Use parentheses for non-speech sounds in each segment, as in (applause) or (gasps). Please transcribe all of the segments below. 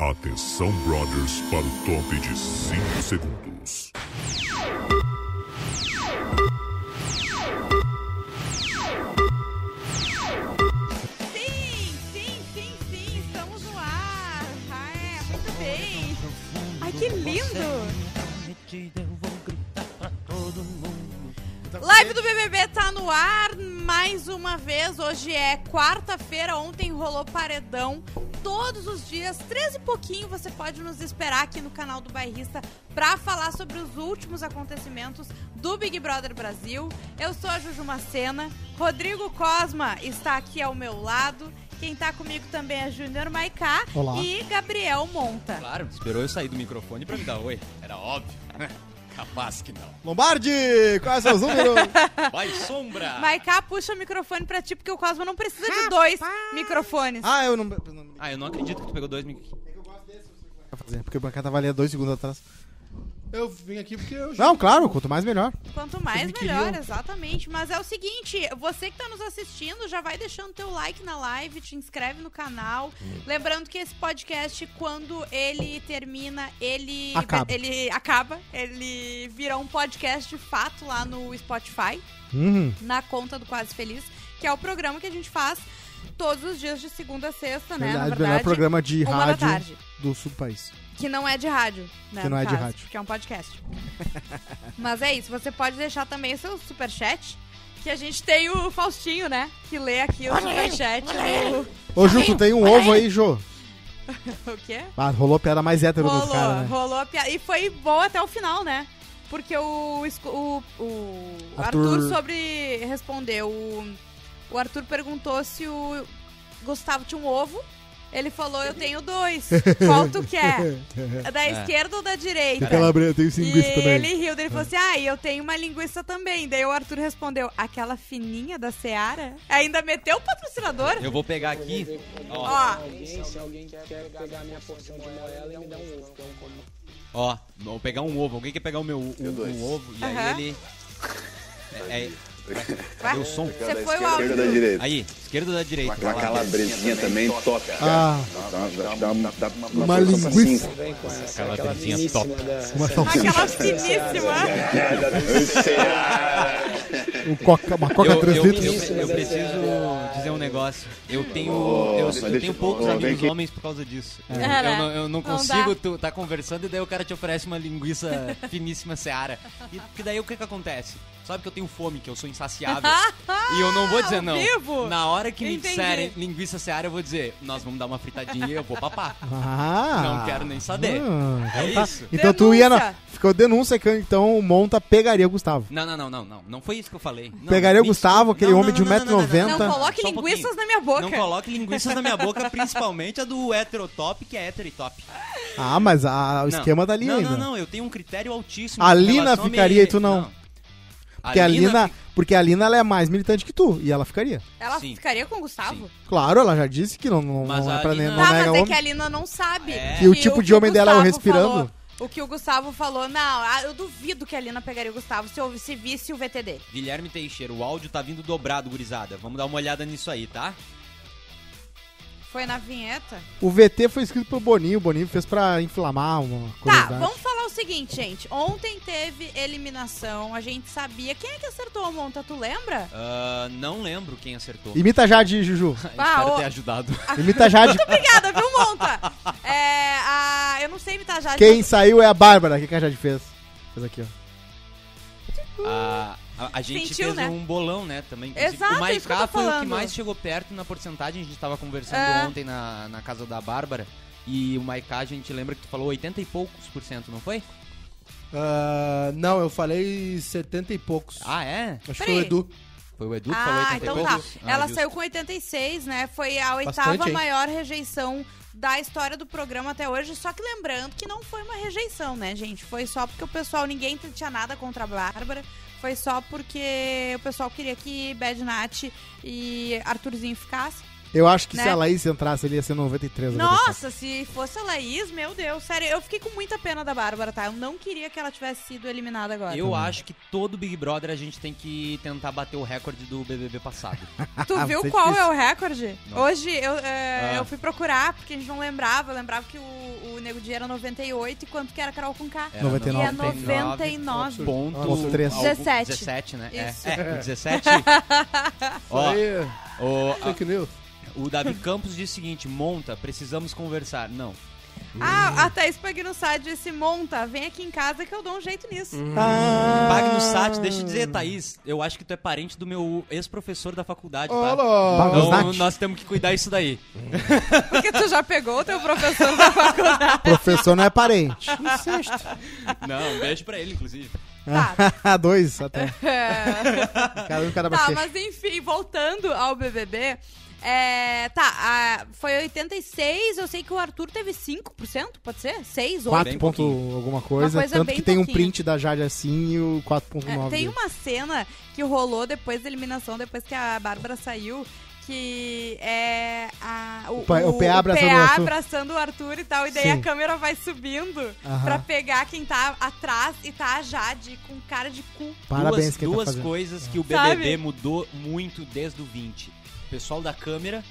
Atenção, brothers, para o top de 5 segundos. Sim, sim, sim, sim, estamos no ar. Ah, é, muito bem. Ai, que é lindo! Live do BBB tá no ar mais uma vez. Hoje é quarta-feira, ontem rolou paredão. Todos os dias, três e pouquinho, você pode nos esperar aqui no canal do Bairrista pra falar sobre os últimos acontecimentos do Big Brother Brasil. Eu sou a Juju Macena, Rodrigo Cosma está aqui ao meu lado. Quem tá comigo também é Júnior Maiká Olá. e Gabriel Monta. Claro, esperou eu sair do microfone pra me dar oi. Era óbvio. (laughs) Capaz que (laughs) não. Lombardi, quais são os números? Vai, sombra! Maiká, puxa o microfone pra ti, porque o Cosmo não precisa de dois microfones. (laughs) ah, eu não, eu não me liguei Ah, eu não acredito que tu pegou dois mil. pra fazer, porque o bancada valia dois segundos atrás. Eu vim aqui porque eu já. Não, claro, quanto mais melhor. Quanto mais, me queriam. melhor, exatamente. Mas é o seguinte, você que tá nos assistindo, já vai deixando teu like na live, te inscreve no canal. Hum. Lembrando que esse podcast, quando ele termina, ele Acaba. ele, acaba, ele vira um podcast de fato lá no Spotify. Uhum. na conta do Quase Feliz, que é o programa que a gente faz todos os dias de segunda a sexta, né? Verdade, Na melhor verdade, programa de uma da rádio tarde. do sul do país. Que não é de rádio, né? Que não no é de caso, rádio. Que é um podcast. (laughs) Mas é isso, você pode deixar também o seu superchat. Que a gente tem o Faustinho, né? Que lê aqui o superchat. do- Ô, Ju, tu tem um ovo aí, Ju. O quê? Ah, rolou piada mais hétero dos Rolou, caras, né? rolou a piada. E foi bom até o final, né? Porque o, esco- o, o Arthur... Arthur- sobre. respondeu. O, o Arthur perguntou se o Gustavo tinha um ovo. Ele falou, eu tenho (laughs) dois. Qual tu quer? É Da esquerda ou da direita? eu tenho E ele riu, daí ele É. falou assim: Ah, e eu tenho uma linguiça também. Daí o Arthur respondeu: Aquela fininha da Seara? Ainda meteu o patrocinador? Eu vou pegar aqui. Ó, Ó, Se alguém quer pegar minha porção de moela, ele me dá um ovo. ó. Vou pegar um ovo. Alguém quer pegar o meu o- um, dois. ovo? E Aham. aí ele. É, é- vai. deu som. Você foi o Esquerda da áudio. direita. Aí, esquerda ou da direita? Uma calabresinha também toca. Ah, Dá, dá uma, dá uma, uma Uma porção pra linguiça. cinco. Vem com essa, Aquela aquela belezinha finíssima top. da... uma salsicha, (laughs) Aquela finíssima. é um coca, uma coca Eu, 3 eu, litros. eu- eu preciso dizer um negócio. Eu tenho, eu, mas eu deixa- tenho poucos vem amigos aqui. homens por causa disso. É, Eu, né? não, eu não Não consigo, dá. tu tá conversando e daí o cara te oferece uma linguiça (laughs) finíssima seara. E que daí o que que acontece? Sabe que eu tenho fome, que eu (laughs) sou insaciável. e eu não vou dizer não. vivo? Na hora que me Entendi. disserem linguiça seara, eu vou dizer, nós vamos dar uma fritadinha e eu vou papar. Ah, Não quero nem saber. Ah, É tá. isso. Então tu ia na. Denúncia. Ficou denúncia que então o Monta pegaria o Gustavo. Não, não, não, não, não. Não foi isso que eu falei. Não, Pegaria o me Gustavo, desculpa. aquele Não, homem não, de não, não, não, 1,90 m. (laughs) Não coloque Só um pouquinho. linguiças na minha boca. Não coloque linguiças na minha boca, principalmente a do heterotop, que é heterotop. Ah, mas a- o Não. esquema da Lina não, ainda. Não, não, eu tenho um critério altíssimo. A com Lina relação a ficaria e tu não. Porque a Lina, fi- porque a Lina ela é mais militante que tu, e ela ficaria. Ela Sim. ficaria com o Gustavo? Claro, ela já disse que não, não, Mas não a é pra nem, Lina- não Tá, mas nega é homem. que a Lina não sabe. É. E o tipo que de homem dela é o Gustavo respirando? falou- o que o Gustavo falou, não, ah, eu duvido que a Lina pegaria o Gustavo se, eu, se visse o VT dele. Guilherme Teixeira, o áudio tá vindo dobrado, gurizada. Vamos dar uma olhada nisso aí, tá? Foi na vinheta? O VT foi escrito pro Boninho, o Boninho fez pra inflamar uma Tá, curiosidade. vamos falar o seguinte, gente. Ontem teve eliminação, a gente sabia. Quem é que acertou a monta, tu lembra? Ah, não lembro quem acertou. Imita a (laughs) Jade, Juju. Espero ô- ter ajudado. Imita a Jade. Obrigada, viu, monta? É, a, eu não sei tá imitar a Jade. Quem saiu é a Bárbara. O que, que a Jade fez? Fez aqui, ó. A, a- a gente Sentiu, fez né? um bolão, né? Também. Exato, é o isso que eu tô Maiká foi o falando. que mais chegou perto na porcentagem. A gente tava conversando É. ontem na, na casa da Bárbara. E o Maiká, a gente lembra que tu falou 80 e poucos por cento, não foi? Ah, não, eu falei 70 e poucos. Ah, é? Acho que Peraí. foi o Edu. Foi o Edu que falou Ah, 80 então e tá. poucos? Ah, Ela justo. saiu com 86, né? Foi a oitava Bastante, hein? maior rejeição da história do programa até hoje. Só que lembrando que não foi uma rejeição, né, gente? Foi só porque o pessoal, ninguém tinha nada contra a Bárbara. Foi só porque o pessoal queria que Bad Nat e Arthurzinho ficassem. Eu acho que se Né? a Laís entrasse, ele ia ser 93. ou 94. Nossa, se fosse a Laís, meu Deus, sério, eu fiquei com muita pena da Bárbara, tá? Eu não queria que ela tivesse sido eliminada agora. Eu acho que todo Big Brother a gente tem que tentar bater o recorde do BBB passado. Tu Ah, viu vai ser qual é difícil. o recorde? Não. Hoje eu, é, Ah. eu fui procurar, porque a gente não lembrava. Eu lembrava que o, o Nego Dia era 98 e quanto que era Carol com K. Era 99. E é 99. Ponto Nossa, três. algum- 17. 17, né? Isso. É, é, (laughs) o 17. Ó, Aí, o, a- fake news. o Davi Campos diz o seguinte: monta, precisamos conversar. Não. Ah, a Thaís Pagnussá disse: monta, vem aqui em casa que eu dou um jeito nisso. Hum. Magno Sat, deixa eu dizer, Thaís, eu acho que tu é parente do meu ex-professor da faculdade, tá? Olá! Então Bagnusnat, nós temos que cuidar isso daí. Porque tu já pegou o teu professor da faculdade. professor não (laughs) é parente. (laughs) Não, um beijo pra ele, inclusive. Tá, (laughs) Dois até. Cara, um cara Tá, baixinho. mas enfim, voltando ao BBB. É, tá, a- foi 86, eu sei que o Arthur teve 5%, pode ser? 6, 8? Bem 4 ponto alguma coisa. Uma coisa tanto bem que tem um pouquinho. print da Jade assim e o 4.9. É, tem dele. uma cena que rolou depois da eliminação, depois que a Bárbara saiu, que é a, o, pa- o PA abraçando o PA Arthur. abraçando o Arthur e tal, e daí Sim. a câmera vai subindo Aham. pra pegar quem tá atrás e tá a Jade com cara de cu. duas Parabéns quem tá duas fazendo. coisas que o Sabe? BBB mudou muito desde o 20. O pessoal da câmera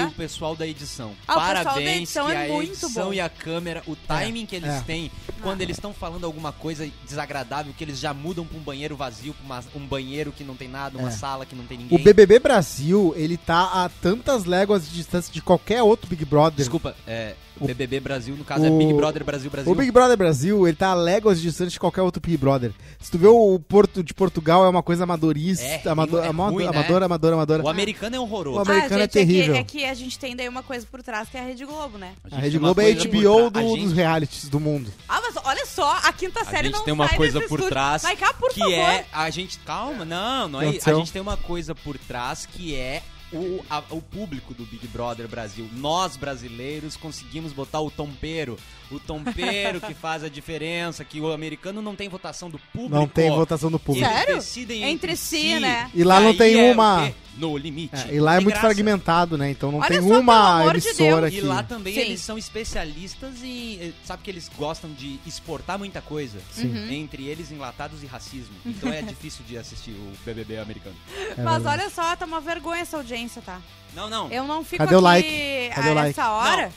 e o pessoal da edição. Ah, o pessoal da Parabéns edição que é a muito edição bom. Ah. e a câmera, o timing que eles é. têm, quando eles estão falando alguma coisa desagradável, que eles já mudam pra um banheiro vazio, pra uma- um banheiro que não tem nada, uma É. sala que não tem ninguém. O BBB Brasil, ele tá a tantas léguas de distância de qualquer outro Big Brother. Desculpa, é, O- BBB Brasil, no caso o- é Big Brother Brasil Brasil. O Big Brother Brasil, ele tá a léguas de distância de qualquer outro Big Brother. Se tu vê o Porto de Portugal, é uma coisa amadorista, É, amado- é amado- ruim, né? amadora, amadora, amadora. O americano é horroroso. O americano é Ah, gente, que- terrível. É que, a gente tem daí uma coisa por trás que é a Rede Globo, né? gente A Rede tem uma Globo é a coisa por HBO trás- do- a gente dos realities do mundo. Ah, mas olha só, a quinta A série gente não tem uma sai coisa desse por estúdio. trás Vai cá, por que favor. é a gente calma, não, não é, a Aconteceu. gente tem uma coisa por trás que é o, a- o público do Big Brother Brasil. Nós brasileiros conseguimos botar o tompeiro, o tompeiro (laughs) que faz a diferença, que o americano não tem votação do público. Não tem votação do Eles público. Sério? decidem Entre si, né? E lá não aí tem é o uma- quê? no limite. É, e lá é Tem muito graça. fragmentado, né? Então não Olha tem só, pelo uma amor de emissora E que... lá também Sim. eles são especialistas em. eh, Sabe que eles gostam de exportar muita coisa? Uhum. Entre eles, enlatados e racismo. Então é difícil de assistir o BBB americano. Mas É. olha só, tá uma vergonha essa audiência, tá? Não, não. Eu, Eu não fico Cadê o aqui like? Cadê a o like? essa hora.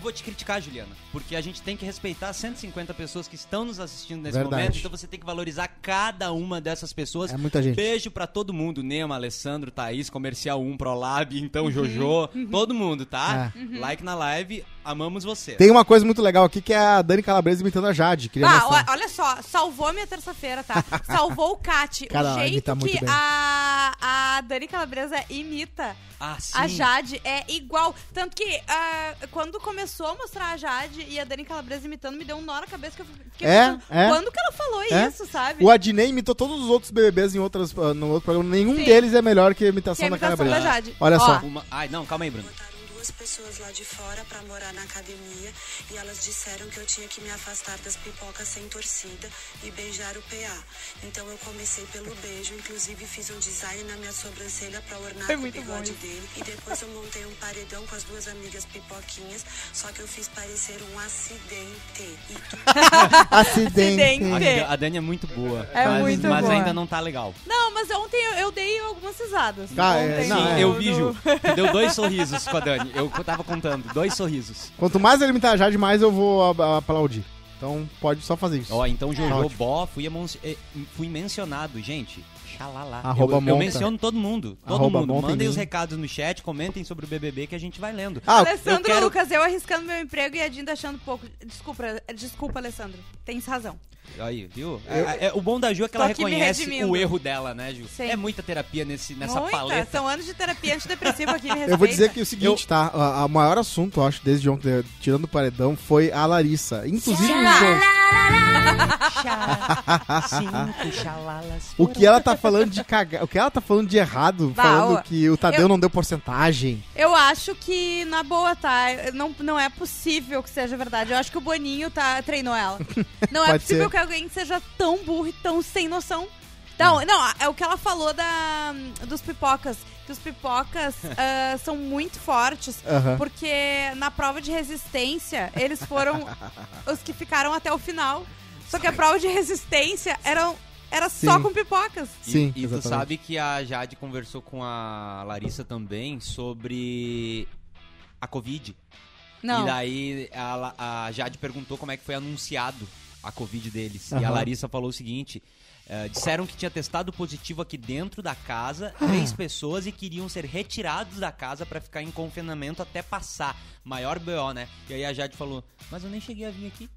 vou te criticar, Juliana. Porque a gente tem que respeitar 150 pessoas que estão nos assistindo nesse Verdade. momento. Então você tem que valorizar cada uma dessas pessoas. É muita gente. Beijo pra todo mundo, Nema, Alessandro, Thaís, Comercial 1, Prolab, Uhum. então Jojo, todo mundo, tá? Like na live, amamos você. É. Tem uma coisa muito legal aqui que é a Dani Calabresa imitando a Jade. Queria Ah, mostrar. o- olha só, salvou minha terça-feira, tá? (laughs) Salvou o Cat. Cara, o ela jeito imita muito que bem. a, a Dani Calabresa imita Ah, sim. a Jade é igual. Tanto que ah, quando começou a mostrar a Jade e a Dani Calabresa imitando, me deu um nó na cabeça que eu fiquei É, pensando, é. quando que ela falou É. isso, sabe? O Adnei imitou todos os outros BBBs em outras, ah, no outro programa. Nenhum Sim. deles é melhor que a imitação, Que a imitação da Calabresa. da Jade. Olha Ó. só. Uma... Ai, não, calma aí, Bruno. Botaram duas pessoas lá de fora pra morar na academia e elas disseram que eu tinha que me afastar das pipocas sem torcida e beijar o PA. Então eu comecei pelo beijo, inclusive fiz um design na minha sobrancelha pra ornar Foi com o muito bom bigode isso. dele e depois eu montei um paredão com as duas amigas pipoquinhas, só que eu fiz parecer um acidente. E (laughs) Acidente. Acidente. Sim. A, a Dani é muito boa. É mas, muito mas boa. ainda não tá legal. Não, mas ontem eu, eu dei algumas risadas. Ah, é, ontem, não, Sim, é. eu no- vi, Ju. no- Tu Deu dois sorrisos com a Dani. Eu tava contando. Dois sorrisos. Quanto mais ele imitar a Jade, mais eu vou a- a- aplaudir. Então pode só fazer isso. Ó, então Jojo Ótimo. Bó, fui, emon- eh, fui mencionado, gente. Xalala. Arroba eu, eu monta. menciono todo mundo. Todo Arroba mundo. monta em Mandem mim. os recados no chat, comentem sobre o BBB que a gente vai lendo. Ah, Alessandro eu quero- Lucas, eu arriscando meu emprego e a Dinda achando pouco. Desculpa, desculpa, Alessandro. Tens razão. Aí, viu? É, é, o bom da Ju é que Tô ela aqui me reconhece redimindo. o erro dela, né, Ju? Sim. É muita terapia nesse, nessa Muita. paleta. São anos de terapia antidepressiva (laughs) aqui, me respeita. Eu vou dizer que é o seguinte, tá? A- a- O maior assunto, eu acho, desde ontem, eh, tirando o paredão, foi a Larissa. Inclusive no jogo. O que um. ela tá falando de cagar. O que ela tá falando de errado, Bah, ó, falando que o Tadeu eu- não deu porcentagem. Eu acho que, na boa, tá? eu- Não, não é possível que seja verdade. Eu acho que o Boninho tá, treinou ela. Não é Pode possível ser. que alguém seja é tão burro e tão sem noção. Não, não, é o que ela falou da, dos pipocas. que os (laughs) pipocas ah, são muito fortes. Aham. Porque na prova de resistência, eles (laughs) foram os que ficaram até o final. Só que a prova de resistência eram, era só Sim. com pipocas. E- Sim, E, tu exatamente. sabe que a Jade conversou com a Larissa também sobre a Covid. Não. E daí a, La- a Jade perguntou como é que foi anunciado a Covid deles. E a Aham. Larissa falou o seguinte: eh, disseram que tinha testado positivo aqui dentro da casa Ah. três pessoas e queriam ser retirados da casa pra ficar em confinamento até passar. Maior BO, né? E aí a Jade falou: Mas eu nem cheguei a vir aqui.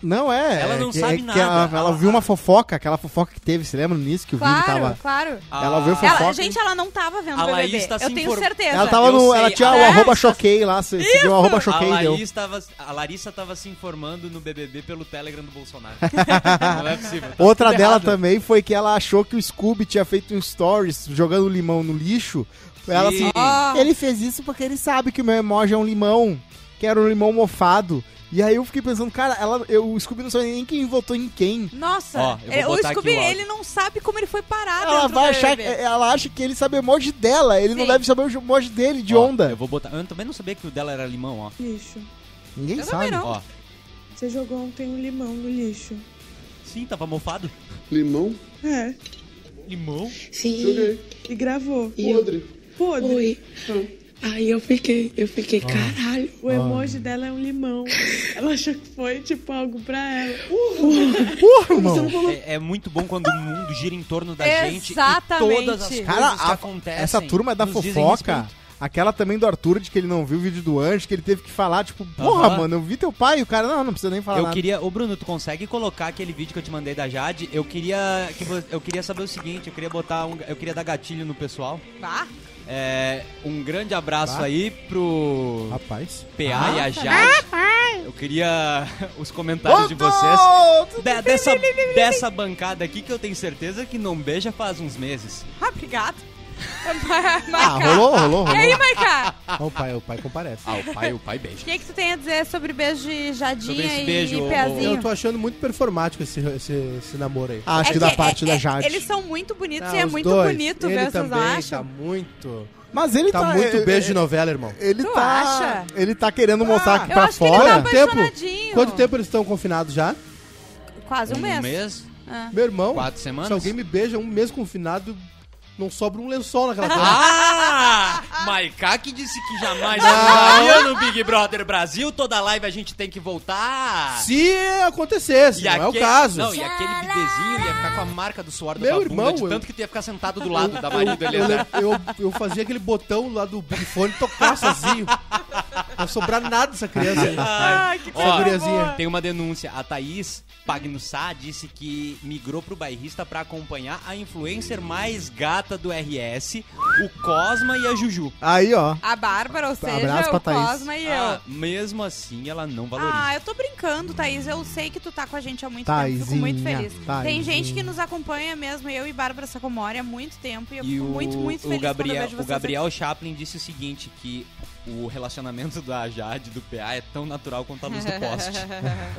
Não é. Ela não é que- sabe é que nada. Ela, ela Ela- viu uma fofoca, aquela fofofoca que teve, você lembra no início que o Vini Claro, tava. claro. Ela ouviu fofoca. fofoca. Ela, gente, é ela não tava vendo A o Laís BBB. tá eu se tenho inform- certeza. Ela tava Eu no. sei, Ela tinha a o é Larissa- arroba choquei lá, se seguiu o arroba A, choquei e deu. Laís tava, a Larissa tava se informando no BBB pelo Telegram (laughs) do Bolsonaro. não é possível. tá Outra tudo dela errado. também foi que ela achou que o Scooby tinha feito um stories jogando limão no lixo. Ela Sim. assim, Ó, ele fez isso porque ele sabe que o meu emoji é um limão, que era um limão mofado. E aí eu fiquei pensando, cara, ela, eu, o Scooby não sabe nem quem votou em quem. Nossa, Ó, eu vou é, o botar aqui Scooby, o áudio. ele não sabe como ele foi parar Ela dentro vai do achar, BBB. ela acha que ele sabe o emoji dela, ele não Sim. deve saber o emoji dele de Ó, onda. Eu vou botar. Eu também não sabia que o dela era limão, ó. Lixo. Ninguém Eu sabe. também não. Ó. Você jogou ontem um limão no lixo. Sim, tava mofado. Limão, É. Limão? joguei. E gravou. Podre. Hum. Podre. Oi. Aí eu fiquei, eu fiquei, caralho. O emoji dela é um limão. (laughs) Ela achou que foi, tipo, algo pra ela. Uh. Porra, irmão. É, é muito bom quando o mundo gira em torno da gente. Exatamente. E todas as coisas Cara, que a- acontecem. Essa turma é da nos dizem fofoca. respeito. Aquela também do Arthur, de que ele não viu o vídeo do anjo, que ele teve que falar, tipo, porra, Aham. mano, eu vi teu pai. E o cara, não, não precisa nem falar Eu nada. queria. Ô Bruno, tu consegue colocar aquele vídeo que eu te mandei da Jade? Eu queria. que vo- eu queria saber o seguinte, eu queria botar um. Eu queria dar gatilho no pessoal. (laughs) Bah. É, um grande abraço aí pro Rapaz. PA Ah, e a Jade. Eu queria (laughs) os comentários de vocês. De- dessa, dessa bancada aqui que eu tenho certeza que não beija faz uns meses. Ah, obrigado. É Ah, Maiká. rolou, (laughs) rolou, E rolou. aí, (laughs) Maiká? o pai, o pai comparece. Ah, o pai, o pai beija. O que, é que tu tem a dizer sobre beijo de Jadinha Sobre esse e beijo, ô, Peazinho? Eu tô achando muito performático esse, esse, esse namoro aí. Ah, Acho É que da é- parte da é- Jade. Eles são muito bonitos Ah, e é os muito dois. bonito Ele ver, vocês não também tá acham? muito... Mas ele Tá tá. muito é- beijo de é- novela, irmão. Ele Tu tá. acha? Ele tá querendo mostrar aqui Eu pra acho que ele tá fora. apaixonadinho. Quanto tempo eles estão confinados já? Quase um, mês. Meu irmão, Quatro semanas? se alguém me beija um mês confinado, não sobra um lençol naquela cama. Ah! Maiká que disse que jamais trabalhou no Big Brother Brasil. Toda live a gente tem que voltar. se acontecesse, não é o caso. Não, e aquele bidezinho ia ficar com a marca do suor da Meu tua bunda, irmão, de eu- tanto que tu ia ficar sentado do lado da marido Eu, ali, né? eu- eu fazia aquele botão lá do Big Fone tocar sozinho. Não sobrar nada dessa criança aí. Ai, que Ó, guriazinha. tem uma denúncia. A Thaís Pagnussá disse que migrou pro bairrista pra acompanhar a influencer mais gata do RS, o Cosma e a Juju. Aí, ó. A Bárbara, ou seja, Abraço pra o Thaís. Cosma e Ah, eu. mesmo assim, ela não valoriza. Ah, eu tô brincando, Thaís. Eu sei que tu tá com a gente há muito tempo. Fico Thaisinha, muito feliz. Tem Thaisinha. gente que nos acompanha mesmo, eu e Bárbara Sacomori, há muito tempo. E eu E fico o, muito, muito o feliz quando eu Gabriel, vejo o vocês Gabriel Chaplin disse o seguinte, que o relacionamento (laughs) da Jade e do PA é tão natural quanto a (laughs) luz do poste.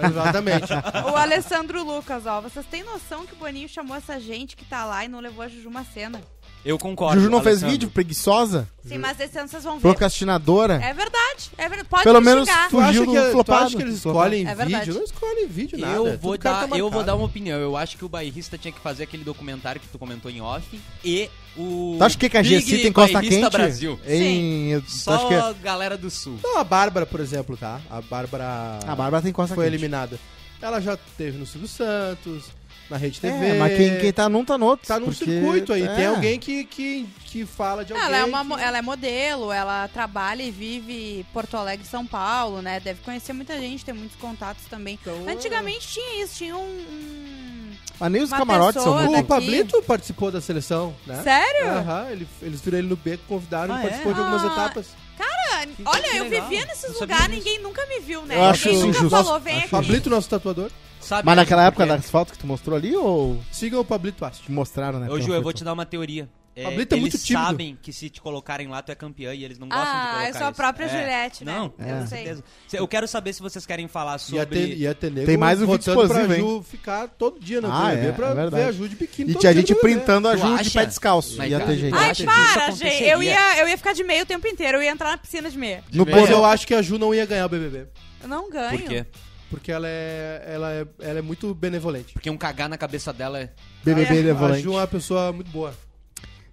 (laughs) Exatamente. O Alessandro Lucas, ó, vocês têm noção que o Boninho chamou essa gente que tá lá e não levou a Juju uma cena? Eu concordo. Juju não fez Alessandro. vídeo, preguiçosa, Sim, mas esse ano vocês vão ver. procrastinadora. É verdade, é verdade. Pode Pelo me menos xingar. Tu acha, Fugiu do que, tu flopado. acha que eles escolhem É verdade. vídeo? Não escolhem vídeo, nada. Eu é Tudo vou, cara dar, tá eu vou dar marcado. uma opinião. Eu acho que o bairrista tinha que fazer aquele documentário que tu comentou em off e o. Tu acha que a Big GC tem Costa Bairrista Quente? Brasil. Em, tu acha Só que é? a galera do sul. Então a Bárbara, por exemplo, tá? A Bárbara. a Bárbara tem Costa foi Quente. eliminada. Ela já teve no Silvio Santos, na Rede TV. É, mas quem, quem tá num tá no outro. Tá num porque- circuito aí. é. Tem alguém que, que, que fala de alguém. Ela é, uma, mo- que- ela é modelo, ela trabalha e vive em Porto Alegre e São Paulo, né? Deve conhecer muita gente, tem muitos contatos também. Então, Antigamente tinha isso, tinha um. um- Mas nem os Uma camarotes pessoa são O daqui. ruins. Pablito participou da seleção, né? Sério? Aham, ele- eles viram ele no beco, convidaram, Ah, ele participou é? de algumas Ah, etapas. Ah, Olha, eu legal. vivia nesses Não sabia lugares, disso. ninguém nunca me viu, né? Eu acho ninguém nunca injusto. falou, vem Acho aqui. Pablito, nosso tatuador. Sabe Mas naquela época assim, por quê? das fotos que tu mostrou ali, ou Sigam o Pablito Asti. te mostraram, né? Ô, Pelo Ju, eu vou filtro? te dar uma teoria. é, Pablito é eles muito tímido. sabem que se te colocarem lá, tu é campeã e eles não gostam de Ah, colocar é só a isso. própria É. Juliette, né? Não, Eu com sei. certeza. Se- Eu quero saber se vocês querem falar Ia ter, sobre... ia ter nego Tem mais um vídeo votando pra explosivo, hein? Ju ficar todo dia na Ah, TV é, pra é verdade. ver a Ju de biquíni E todo tinha dia gente na TV. printando a Tu Ju de acha? pé descalho. Mas tá Ia cara, ter gente. eu Ai, acho que isso para, gente. Eu aconteceria. ia, eu ia ficar de meia o tempo inteiro. Eu ia entrar na piscina de meia. No Mas posto, eu acho que a Ju não ia ganhar o BBB. Eu não ganho. Por quê? Porque ela é, ela é, ela é muito benevolente. Porque um cagar na cabeça dela é... BBB A Levolante. Ju é uma pessoa muito boa.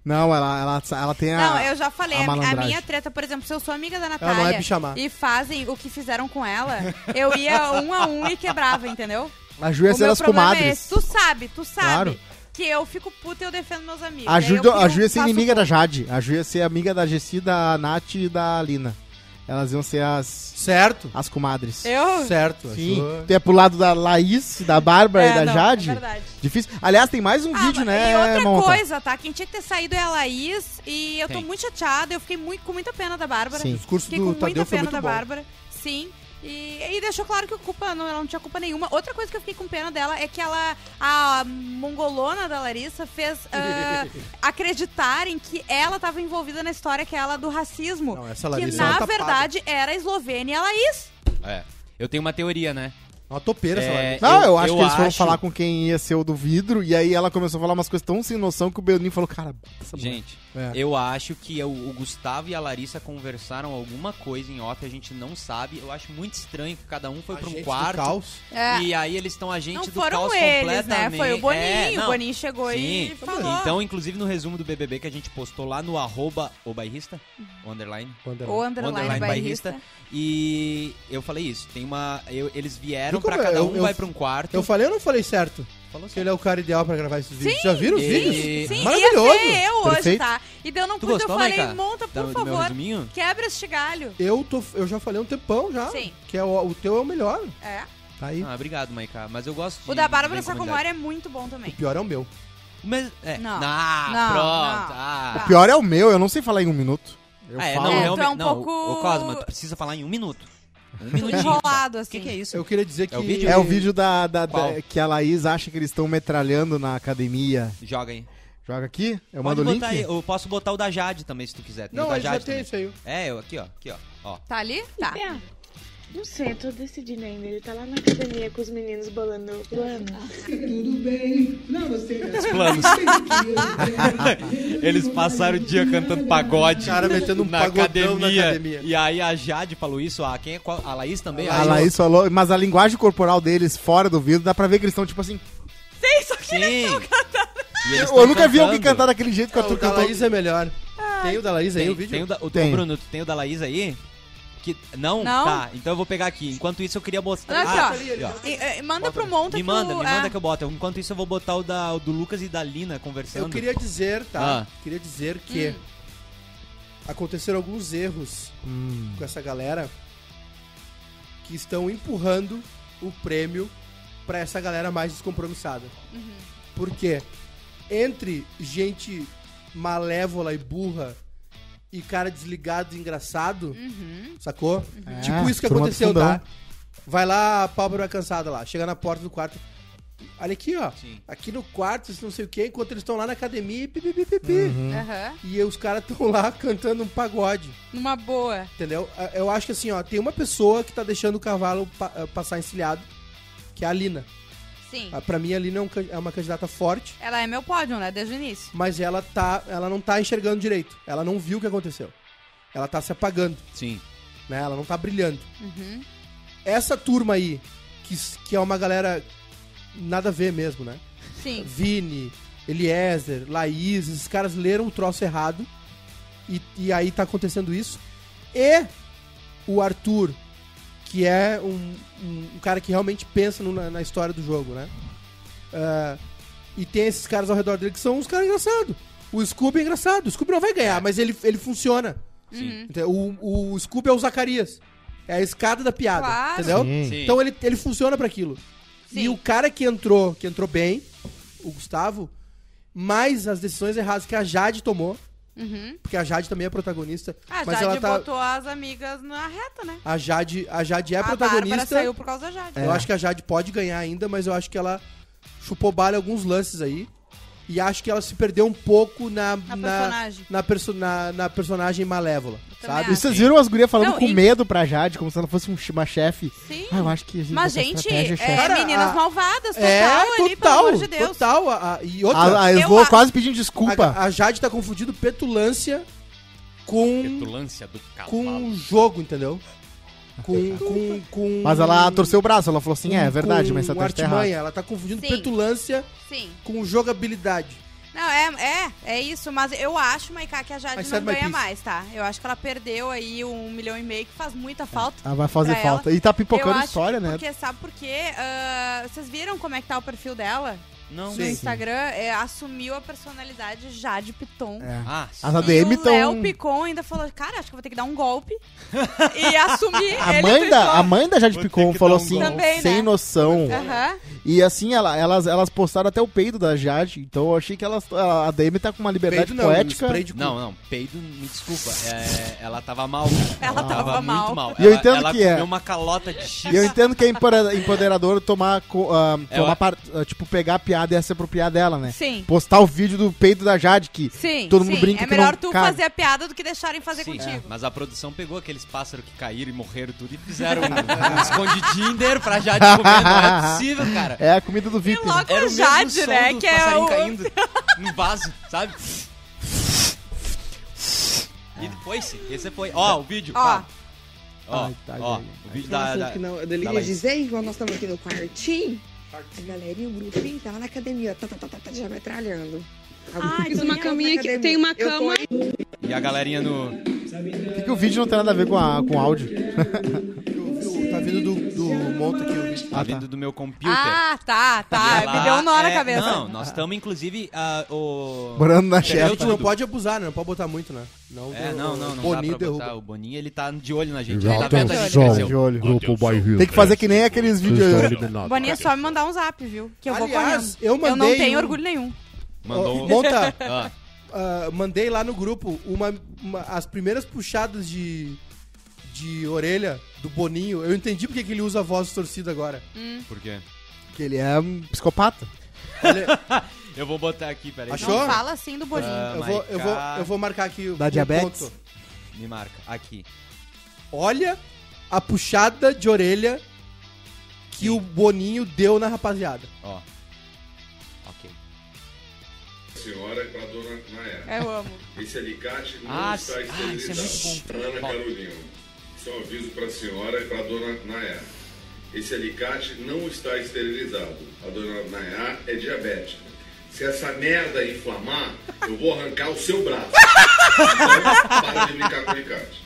Não, ela, ela, ela tem a... Não, eu já falei. a A, mi- a malandragem. minha treta, por exemplo, se eu sou amiga da não é Natália bichamar. e fazem o que fizeram com ela, eu ia um a um e quebrava, entendeu? A Ju ia o ser meu as problema é comadres. esse. Tu sabe, tu sabe. Claro. Que eu fico puta e eu defendo meus amigos. A Ju, Aí né? eu a Ju ia fico- ser faço inimiga da pouco. Jade. A Ju ia ser amiga da Gessi, da Nath e da Lina. Elas iam ser as, Certo? as comadres. Ah, Eu? é Certo. a Sim. Ju- Tu ia pro lado da Laís, da Bárbara É, e da não, Jade. É verdade. Difícil. Aliás, tem mais um Ah, mas- vídeo, né, E outra Monta? coisa, tá? Quem tinha que ter saído é a Laís. E eu tô Quem? muito chateada. Eu fiquei muito, com muita pena da Bárbara. Sim. O discurso Fiquei do com muita Tadeu foi pena muito da bom. Bárbara. Sim. E, e deixou claro que a culpa não, ela não tinha culpa nenhuma. Outra coisa que eu fiquei com pena dela é que ela, a mongolona da Larissa, (laughs) fez ah, acreditarem que ela estava envolvida na história que é ela do racismo. Não, essa que Larissa é na uma tapada. verdade era a Eslovênia e a Laís. É. Eu tenho uma teoria, né? Uma topeira né? essa É, Larissa. Não, eu, Eu- acho eu que eles foram acho- falar com quem ia ser o do vidro, e aí ela começou a falar umas coisas tão sem noção que o Beoninho falou, cara, essa mulher- Gente, É. eu acho que eu- o Gustavo e a Larissa conversaram alguma coisa em off, a gente não sabe. Eu acho muito estranho que cada um foi pra Agente um do quarto. caos. É. E aí eles estão agente não do foram caos eles, né? completamente. Foi o Boninho. É, não. o Boninho chegou e Sim. falou. Então, inclusive no resumo do BBB que a gente postou lá no arroba o bairrista, o underline, o underline, underline bairrista. bairrista. E eu falei isso, tem uma... eu- eles vieram Viu como pra cada eu- um, eu- vai pra um quarto. Eu falei ou não falei certo? Falou assim, Que ele é o cara ideal pra gravar esses vídeos. Já viram os E- vídeos? Sim, Maravilhoso. ia ser eu hoje, Perfeito. tá? E daí eu não Tu pude, gostou, um- eu falei, Maica? monta, por Da- do meu favor, resuminho? quebra este galho. Eu, tô, eu já falei há um tempão já. Sim. Que é o, o teu é o melhor. É. Tá aí. Ah, obrigado, Maica. Mas eu gosto de... O da de Bárbara ver comunidade. Sacomori é muito bom O (laughs) também. pior é o meu. Mas, é. Não. Ah, Não, não. pronto. Ah. Tá. Pior é o meu, eu não sei falar em um minuto. Eu Ah, é, falo. não, É, tu realmente. é um não, pouco- Ô, Cosma, tu precisa falar em um minuto. (laughs) Um minutinho. Enrolado, O que, assim. que é isso? Eu queria dizer que. É o vídeo? É o vídeo da, da- Qual? da- que a Laís acha que eles estão metralhando na academia. Joga aí. Joga aqui, eu Pode mando o link. botar aí. Eu posso botar o da Jade também, se tu quiser. Tem o Não, da ele já Jade também. tem isso aí. É, eu, aqui, ó. Aqui, ó. ó. Tá ali? Tá. Ah, não sei, eu tô decidindo ainda. Ele tá lá na academia com os meninos bolando Ah. o plano. Os planos. (laughs) Eles passaram o dia cantando pagode. Cara metendo um na pagodão academia. na academia. E aí a Jade falou isso. A, quem é, qual- a Laís também? A Laís falou, mas a linguagem corporal deles fora do vidro, dá pra ver que eles estão tipo assim. Sim, só que Sim. E eles Eu, tão nunca vi alguém cantando. cantar daquele jeito que a O tu da cantou. Laís é melhor. Tem o da Laís aí, Tem, o vídeo? tem o da, o, Tem. ô, Bruno, tu tem o da Laís aí? Que, não? Não. Tá, então eu vou pegar aqui. Enquanto isso, eu queria mostrar. Aqui, Ah, ó. ali, ó. E, eh, manda pro Monta Me manda, pro, me ah, manda que eu boto. Enquanto isso, eu vou botar o, da, o do Lucas e da Lina conversando. Eu queria dizer, tá? Ah. Queria dizer que aconteceram alguns erros Hum. com essa galera que estão empurrando o prêmio pra essa galera mais descompromissada. Porque entre gente malévola e burra e cara desligado e engraçado, sacou? É, tipo isso que turma do aconteceu, fundão. tá? Vai lá, a pálpebra cansada lá, chega na porta do quarto. Olha aqui, ó. Sim. Aqui no quarto, isso não sei o quê, enquanto eles estão lá na academia e pi, pi, pi, pi, pi. Uhum. Aham. E os caras estão lá (laughs) cantando um pagode, Numa boa. entendeu? Ah, Eu acho que assim, ó, tem uma pessoa que tá deixando o cavalo pa- ah, passar encilhado, que é a Lina. Sim. Ah, Pra mim, a Lina é, um can- é uma candidata forte, Ela é meu pódio, né? Desde o início. mas ela, tá, ela não tá enxergando direito. Ela não viu o que aconteceu. Ela tá se apagando, Sim. né? Ela não tá brilhando. Essa turma aí, que, s- que é uma galera nada a ver mesmo, né? Sim. Vini, Eliezer, Laís, esses caras leram o troço errado. E, e aí tá acontecendo isso. E o Arthur, que é um, um- um cara que realmente pensa no- na, na história do jogo, né? Ah, e tem esses caras ao redor dele que são uns caras engraçados. O Scooby é engraçado. O Scooby não vai ganhar, mas ele, ele funciona. Sim. Entendeu? O, o Scooby é o Zacarias. É a escada da piada. Claro. Entendeu? Sim. Sim. Então ele, ele funciona pra aquilo. Sim. E o cara que entrou, que entrou bem, o Gustavo, mais as decisões erradas que a Jade tomou, Uhum. porque a Jade também é protagonista, A mas Jade ela tá botou as amigas na reta, né? a Jade, a Jade é a Bárbara protagonista. É. saiu por causa da Jade. Eu acho que a Jade pode ganhar ainda, mas eu acho que ela chupou bala em alguns lances aí. E acho que ela se perdeu um pouco na, Na na, personagem. na, perso- na- na personagem malévola, também sabe? E vocês viram as gurias falando Não, com e- medo pra Jade, como se ela fosse um che- uma chefe. Sim. Ah, eu acho que a gente Mas, essa gente, é, estratégia é chefe. Cara, meninas a- malvadas, total ali, pelo É, total, amor de Deus. total. A, a- e outra, A, a Eu Esvoa a- ah, quase pedindo desculpa. a, a Jade tá confundindo petulância com, Petulância do cavalo. com o jogo, entendeu? Com, com, com- Mas ela torceu o braço, ela falou assim, é, é com- verdade, Um com mas essa tá errada. artimanha. Ela tá confundindo Sim. petulância Sim. com jogabilidade. Não, é, é, é isso, mas eu acho, Maiká, que a Jade I não said my ganha piece. mais, tá? Eu acho que ela perdeu aí um milhão e meio, que faz muita falta. Ela vai fazer pra É, ela. falta. E tá eu pipocando acho É. história, né? Porque sabe por quê? Ah, vocês viram como é que tá o perfil dela? Não. Sim. no Instagram, é, assumiu a personalidade Jade Piton. É. Ah, sim. As E ADM o Léo estão... Picon ainda falou, cara, acho que eu vou ter que dar um (laughs) golpe e assumir A ele mãe, da, tweetou. a mãe da Jade Vou ter Picon que falou dar um assim, gol. Também, sem né? noção. Aham. E assim, ela- elas, elas postaram até o peido da Jade, então eu achei que elas, a DM tá com uma liberdade Peido não, poética. spray de cu. Não, não, peido, me desculpa. é, ela tava mal. Ela tava mal. muito mal. E eu Ela- entendo ela que é. comeu uma calota de X. E eu entendo que é empodera- empoderador tomar, co- ah, É, tomar eu- par- ah, tipo, pegar a piada e se apropriar dela, né? Sim. Postar o vídeo do peito da Jade, que Sim, Todo mundo sim. brinca É que não melhor tu cabe. fazer a piada do que deixarem fazer Sim, contigo. mas a produção pegou aqueles pássaros que caíram e morreram tudo e fizeram um, um escondidinho inteiro pra Jade comer. Não é possível, cara. é a comida do E VIP. né? logo Era a o mesmo Jade, som né? do Que é passarinho o... (laughs) caindo num vaso, sabe? E depois, esse foi. Ó, o vídeo. Ó. fala. Ó, Ai, tá, ó, ai, o vídeo da... da- que não, eu liguei Laís. de é Zé, nós estamos aqui no quartinho. A galera e o grupinho tá lá na academia, tá, tá, tá, tá, tá, já metralhando. Ah, Ai, tem uma caminha aqui, tem uma cama. E a galerinha no... tá Por que que o vídeo não tem nada a ver com, a, com o áudio? Tá vindo do, do monte aqui. o vídeo. Tá vindo do meu computer. Ah, tá, E tá. ela Me deu um nó na é- cabeça. Não, nós estamos, inclusive, ah, o... Morando na Entendeu? chefe. Tu não pode abusar, né? Não pode botar muito, né? Não, É, o- não, o não, não Boninho dá pra botar. derruba. O Boninho, ele tá de olho na gente. Ele tá vendo a gente Atenção, cresceu. de olho. Grupo Bairrista. Tem que fazer que nem aqueles vídeos... Boninha, é só me mandar um zap, viu? Que eu vou Aliás, correndo. eu mandei não tenho um- orgulho nenhum. Mandou... um- Monta, (laughs) Ah, ah, mandei lá no grupo uma, uma- as primeiras puxadas de, de orelha do Boninho. Eu entendi porque que ele usa a voz torcida agora. por quê? Que ele é um psicopata. Eu vou botar aqui, peraí. Achou? Não Chora. fala assim do Boninho. Ah, Eu vou, eu, vou, Maiká. eu vou marcar aqui o Dá o diabetes? Me marca. Aqui. Olha a puxada de orelha que o Boninho deu na rapaziada. Ó. Ok. Senhora e pra dona Nayara. Eu amo. Esse é alicate não Ah, está sim. Ah, isso é esterilizado. muito bom. Ana Bom. Carolina, só aviso pra senhora e pra dona Nayara. Esse alicate não está esterilizado. A dona Nayara é diabética. Se essa merda inflamar, eu vou arrancar o seu braço. (laughs) Então, para de brincar com o alicate.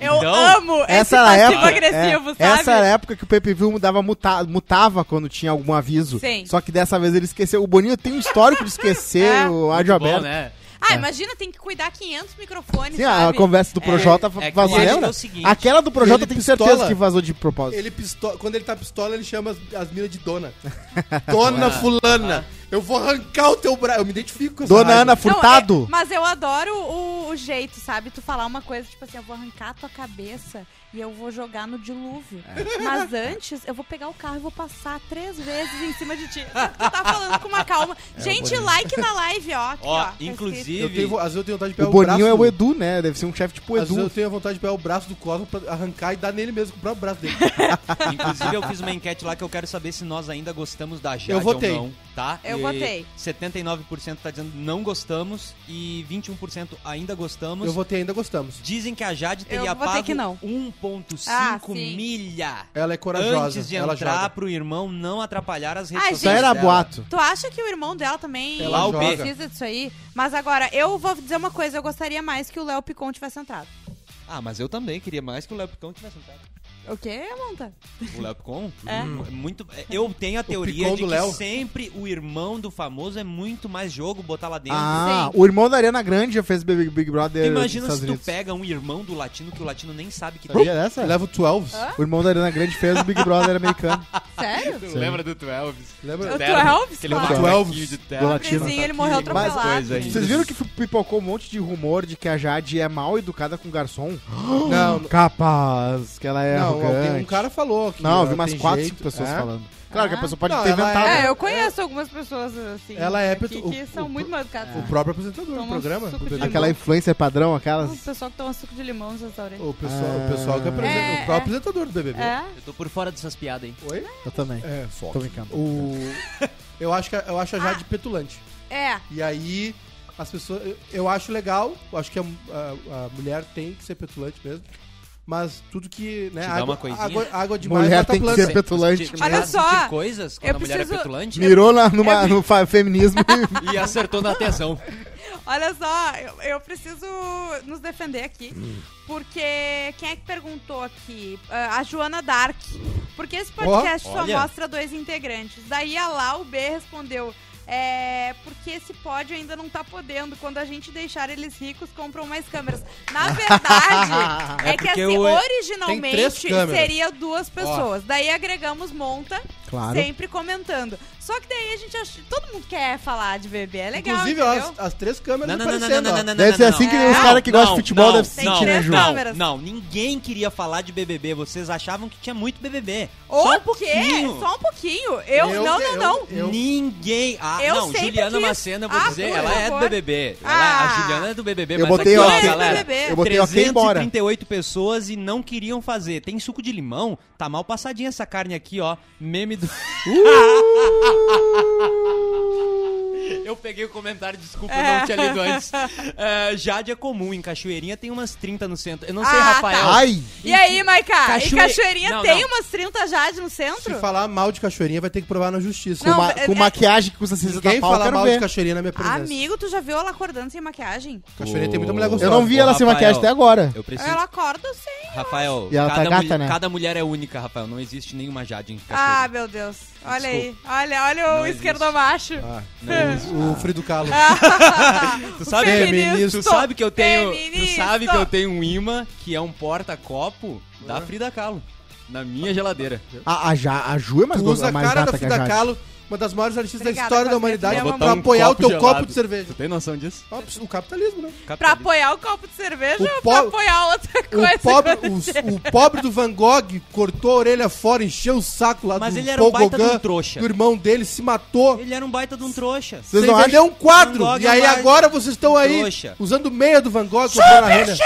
Eu Então, amo esse Essa era a época. passivo-agressivo, é, sabe? essa era a época que o PPV mudava, muta- mutava quando tinha algum aviso. Sim. Só que dessa vez ele esqueceu. O Boninho tem um histórico de esquecer É. o áudio Bom, aberto. né? Ah, imagina, tem que cuidar 500 microfones, Sim, a sabe? conversa do Projota é que eu vazou, acho que é lembra? o seguinte, Aquela do Projota eu ele tenho certeza pistola- que vazou de propósito. Ele pisto- Quando ele tá pistola, ele chama as, as minas de (laughs) dona. dona fulana, eu vou arrancar o teu braço. Eu me identifico com essa Dona raiva. Ana Não, Furtado. é- mas eu adoro o, o jeito, sabe? Tu falar uma coisa, tipo assim, eu vou arrancar a tua cabeça e eu vou jogar no dilúvio. Mas antes, eu vou pegar o carro e vou passar três vezes em cima de ti. Tu tá falando com uma calma. Gente, like na live, ó. Aqui, ó, Ó, tá escrito. Eu inclusive... tenho, vo- às vezes eu tenho vontade de O pegar o, Boninho braço é o do- Edu, né? Deve ser um chefe tipo Às vezes eu Edu. tenho vontade de pegar o braço do Cosmo pra arrancar e dar nele mesmo com o próprio braço dele. (laughs) (laughs) Inclusive, eu fiz uma enquete lá que eu quero saber se nós ainda gostamos da Jade Eu votei. ou não, tá? Eu E votei. 79% tá dizendo não gostamos e 21% ainda gostamos. eu votei ainda gostamos. Dizem que a Jade teria votei pago que não. 1.5 Ah, sim. milha Ela é corajosa. antes de ela entrar joga. pro irmão não atrapalhar as redes Ai, Isso aí sociais era dela. boato. Tu acha que o irmão dela também Ela Lá o B. precisa disso aí? Mas agora, eu vou dizer uma coisa, eu gostaria mais que o Léo Picon tivesse entrado. Ah, mas eu também queria mais que o Lepicon tivesse entrado. O quê, Monta? O Lepicon? É. Muito, eu tenho a teoria Picon de do que Léo. sempre o irmão do famoso é muito mais jogo botar lá dentro. Ah, o irmão da Ariana Grande já fez Big, Big Brother. Tu dos Imagina Estados se tu Unidos. pega um irmão do latino que o latino nem sabe que tem. Sabia dessa? Level 12. O irmão da Ariana Grande fez o Big Brother americano. (laughs) Sério? Tu lembra do 12? (laughs) Lembra? O 12, Aquele claro. macaquinho de terra. Pobrezinho, ele morreu Mas, atropelado. coisa aí. Vocês viram que pipocou um monte de rumor de que a Jade é mal educada com o garçom? Não, Capaz, que ela é não, alguém- arrogante. um cara falou que Não, eu vi ela umas tem 4, jeito, 5 pessoas é. falando. Claro que a Ah. pessoa pode Não, ter ela inventado. é- É, eu conheço algumas pessoas assim. Ela é aqui o- que o- são o- muito mal educadas. O próprio apresentador do Toma um programa. suco de O Aquela influência padrão, Ah, aquelas. O pessoal que toma suco de limão nos restaurantes. O pessoal, Ah. o pessoal que apresenta, É, o próprio é. apresentador do BBB. É? Eu tô por fora dessas piadas, hein? Oi? Eu também. É, só. Tô brincando. O eu acho que a- eu acho a Jade petulante. É. E aí as pessoas, eu, eu acho legal, eu acho que a, a- a mulher tem que ser petulante mesmo. Mas tudo que, né, Te dá água, uma coisinha? água, água demais Mulher mata tem que tá planta. ser petulante. Te- te- Olha te- só, de coisas quando eu a mulher é preciso- petulante Mirou na- É. numa- no fa- feminismo (laughs) e e acertou na tesão. Olha só, eu, eu preciso nos defender aqui. Porque quem é que perguntou aqui? Ah, a Joana Dark. Porque esse podcast só olha. mostra dois integrantes. Daí a Lau B respondeu. É, porque esse pod ainda não tá podendo. Quando a gente deixar eles ricos, compram mais câmeras. Na verdade, é, É que porque assim, eu- tem três originalmente câmeras. seria duas pessoas. Daí agregamos monta, Claro. sempre comentando. Só que daí a gente acha. Todo mundo quer falar de bebê, é legal. Inclusive, ó, entendeu? as, as três Não, câmeras não, não, não, não, aparecendo, não, ó. não, não, Deve não, ser não, assim não. que os caras que gostam de futebol não, devem se sentir, né, três Ju? Não, câmeras. não, ninguém queria falar de BBB. Vocês achavam que tinha muito BBB. Só O um pouquinho. quê? Só um pouquinho. Eu, Eu- não, eu- não, não. Eu- Ninguém. Ah, Eu não, sempre Juliana quis. Macena, vou Ah, dizer, por ela é do favor. BBB. Ela- Ah. é a Juliana é do BBB, Eu mas botei aqui, ó, ok. galera. BBB. Eu botei ok embora. 338 pessoas e não queriam fazer. Tem suco de limão? Tá mal passadinha essa carne aqui, ó. Meme do. Uh! Eu peguei o comentário, desculpa, eu não tinha lido antes. É, Jade é comum, em Cachoeirinha tem umas 30 no centro. Eu não sei, Ah, tá. Rafael. Ai! E aí, Maiká? Cachoe- E Cachoeirinha Não, tem não. umas 30 jade no Se centro? falar mal de cachoeirinha, vai ter que provar na justiça. Com, Não, ma- é- com é- maquiagem que custa 60 Ninguém pau, eu fala quero mal de ver. cachoeirinha na minha presença. Amigo, tu já viu ela acordando sem maquiagem? Cachoeirinha tem muita mulher gostosa. Eu não vi ela sem Rafael. maquiagem até agora. Eu preciso. Ela acorda sem. Ah, Ah, Rafael, E ela tá cada, gata, mulher- né? cada mulher é única, Rafael. Não existe nenhuma Jade em Cachoeirinha. Ah, meu Deus. Olha aí. Olha, olha o Não existe. esquerdomacho. O Fri do Calo. Tu sabe, feministo. tu sabe que eu tenho, tu Feministo. sabe que eu tenho um imã que é um porta-copo da Frida Kahlo na minha geladeira. A, a, Ja- a Ju é mais, Tu gostosa- usa a mais cara gata da que a Frida Jade. Kahlo, uma das maiores artistas da Obrigada, história da Fabrício. humanidade, Eu vou pra botar um apoiar o copo teu gelado. copo de cerveja. Tu tem noção disso? O capitalismo, né? Pra Capitalismo. apoiar o copo de cerveja O ou po- pra apoiar outra coisa? O pobre, o, o pobre do Van Gogh cortou a orelha fora, encheu o saco lá Mas do ele era um Paul baita de um Gauguin, trouxa. do irmão dele, se matou. Ele era um baita de um trouxa. Vocês Sem não vender acham? um quadro. Van Gogh e é aí mais agora vocês estão aí trouxa. usando meia do Van Gogh. comprando a Renner.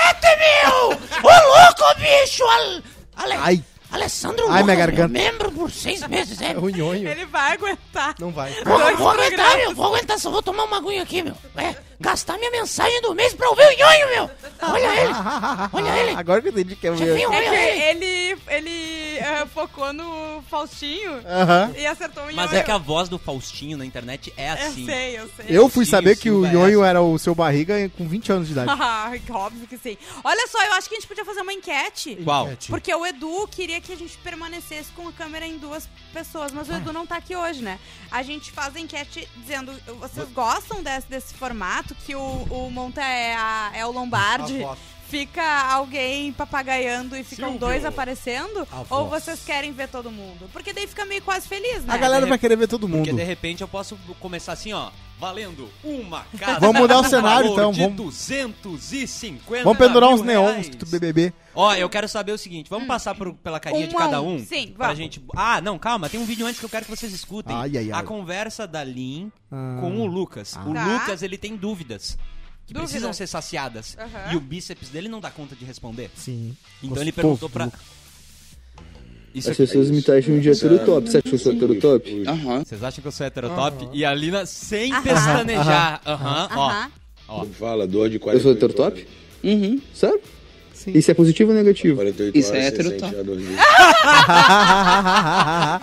Ô louco, bicho! Al- Ale- Ai, Alessandro Ai, Lucas, meu minha garganta. membro por seis meses, é? É unhonho. Ele vai aguentar. Não vai. Vou, vou aguentar, meu. Vou aguentar, só vou tomar uma aguinha aqui, meu. É, gastar minha mensagem do mês pra ouvir o nhonho, meu. Olha ele. (laughs) Olha ele. agora que eu entendi que é o Chefinho, meu. É olha ele. que ele, ele eh, focou no Faustinho Aham. e acertou o Mas é que a voz do Faustinho na internet é Eu assim. sei, eu sei. Eu fui Sim, saber sim, que o vai Yonho essa. era o seu barriga com 20 anos de (laughs) idade. Ah, óbvio que sim. Olha só, eu acho que a gente podia fazer uma enquete. Qual? É tipo Porque o Edu queria que a gente permanecesse com a câmera em duas pessoas, mas o Edu não tá aqui hoje, né? A gente faz a enquete dizendo: vocês gostam desse, desse formato? Que o, o Monta é, a- é o Lombardi? A voz. Fica alguém papagaiando e ficam dois aparecendo? A Ou voz. vocês querem ver todo mundo? Porque daí fica meio quase feliz, né? A galera vai querer ver todo Porque mundo. de repente eu posso começar assim, ó, valendo uma casa. Vamos mudar o no cenário, então, valor De vamos- 250 Vamos pendurar mil uns neons reais. do BBB. Ó, eu quero saber o seguinte, vamos passar por- pela carinha de Hum. Um a cada um. um? Sim, pra vamos. gente. Ah, não, calma, tem um vídeo antes que eu quero que vocês escutem. Ai, ai, ai. A conversa da Lin Ah. com o Lucas. O Tá. Lucas, ele tem dúvidas. Que Dúvidas. precisam ser saciadas. Aham. E o bíceps dele não dá conta de responder. Sim. Então ele Gostoso perguntou do pra. Lucas. Isso aqui- pessoas me acham de hétero top. Você acha que eu sou hétero top? Vocês acham que eu sou heterotop? E a Lina, sem pestanejar. Aham, ó. Aham. Ó. Fala, dor de 40. Eu sou hétero top? Uhum, sério? Sim. Isso é positivo ou negativo? 48 Isso é horas, hétero você sente top. a dor de-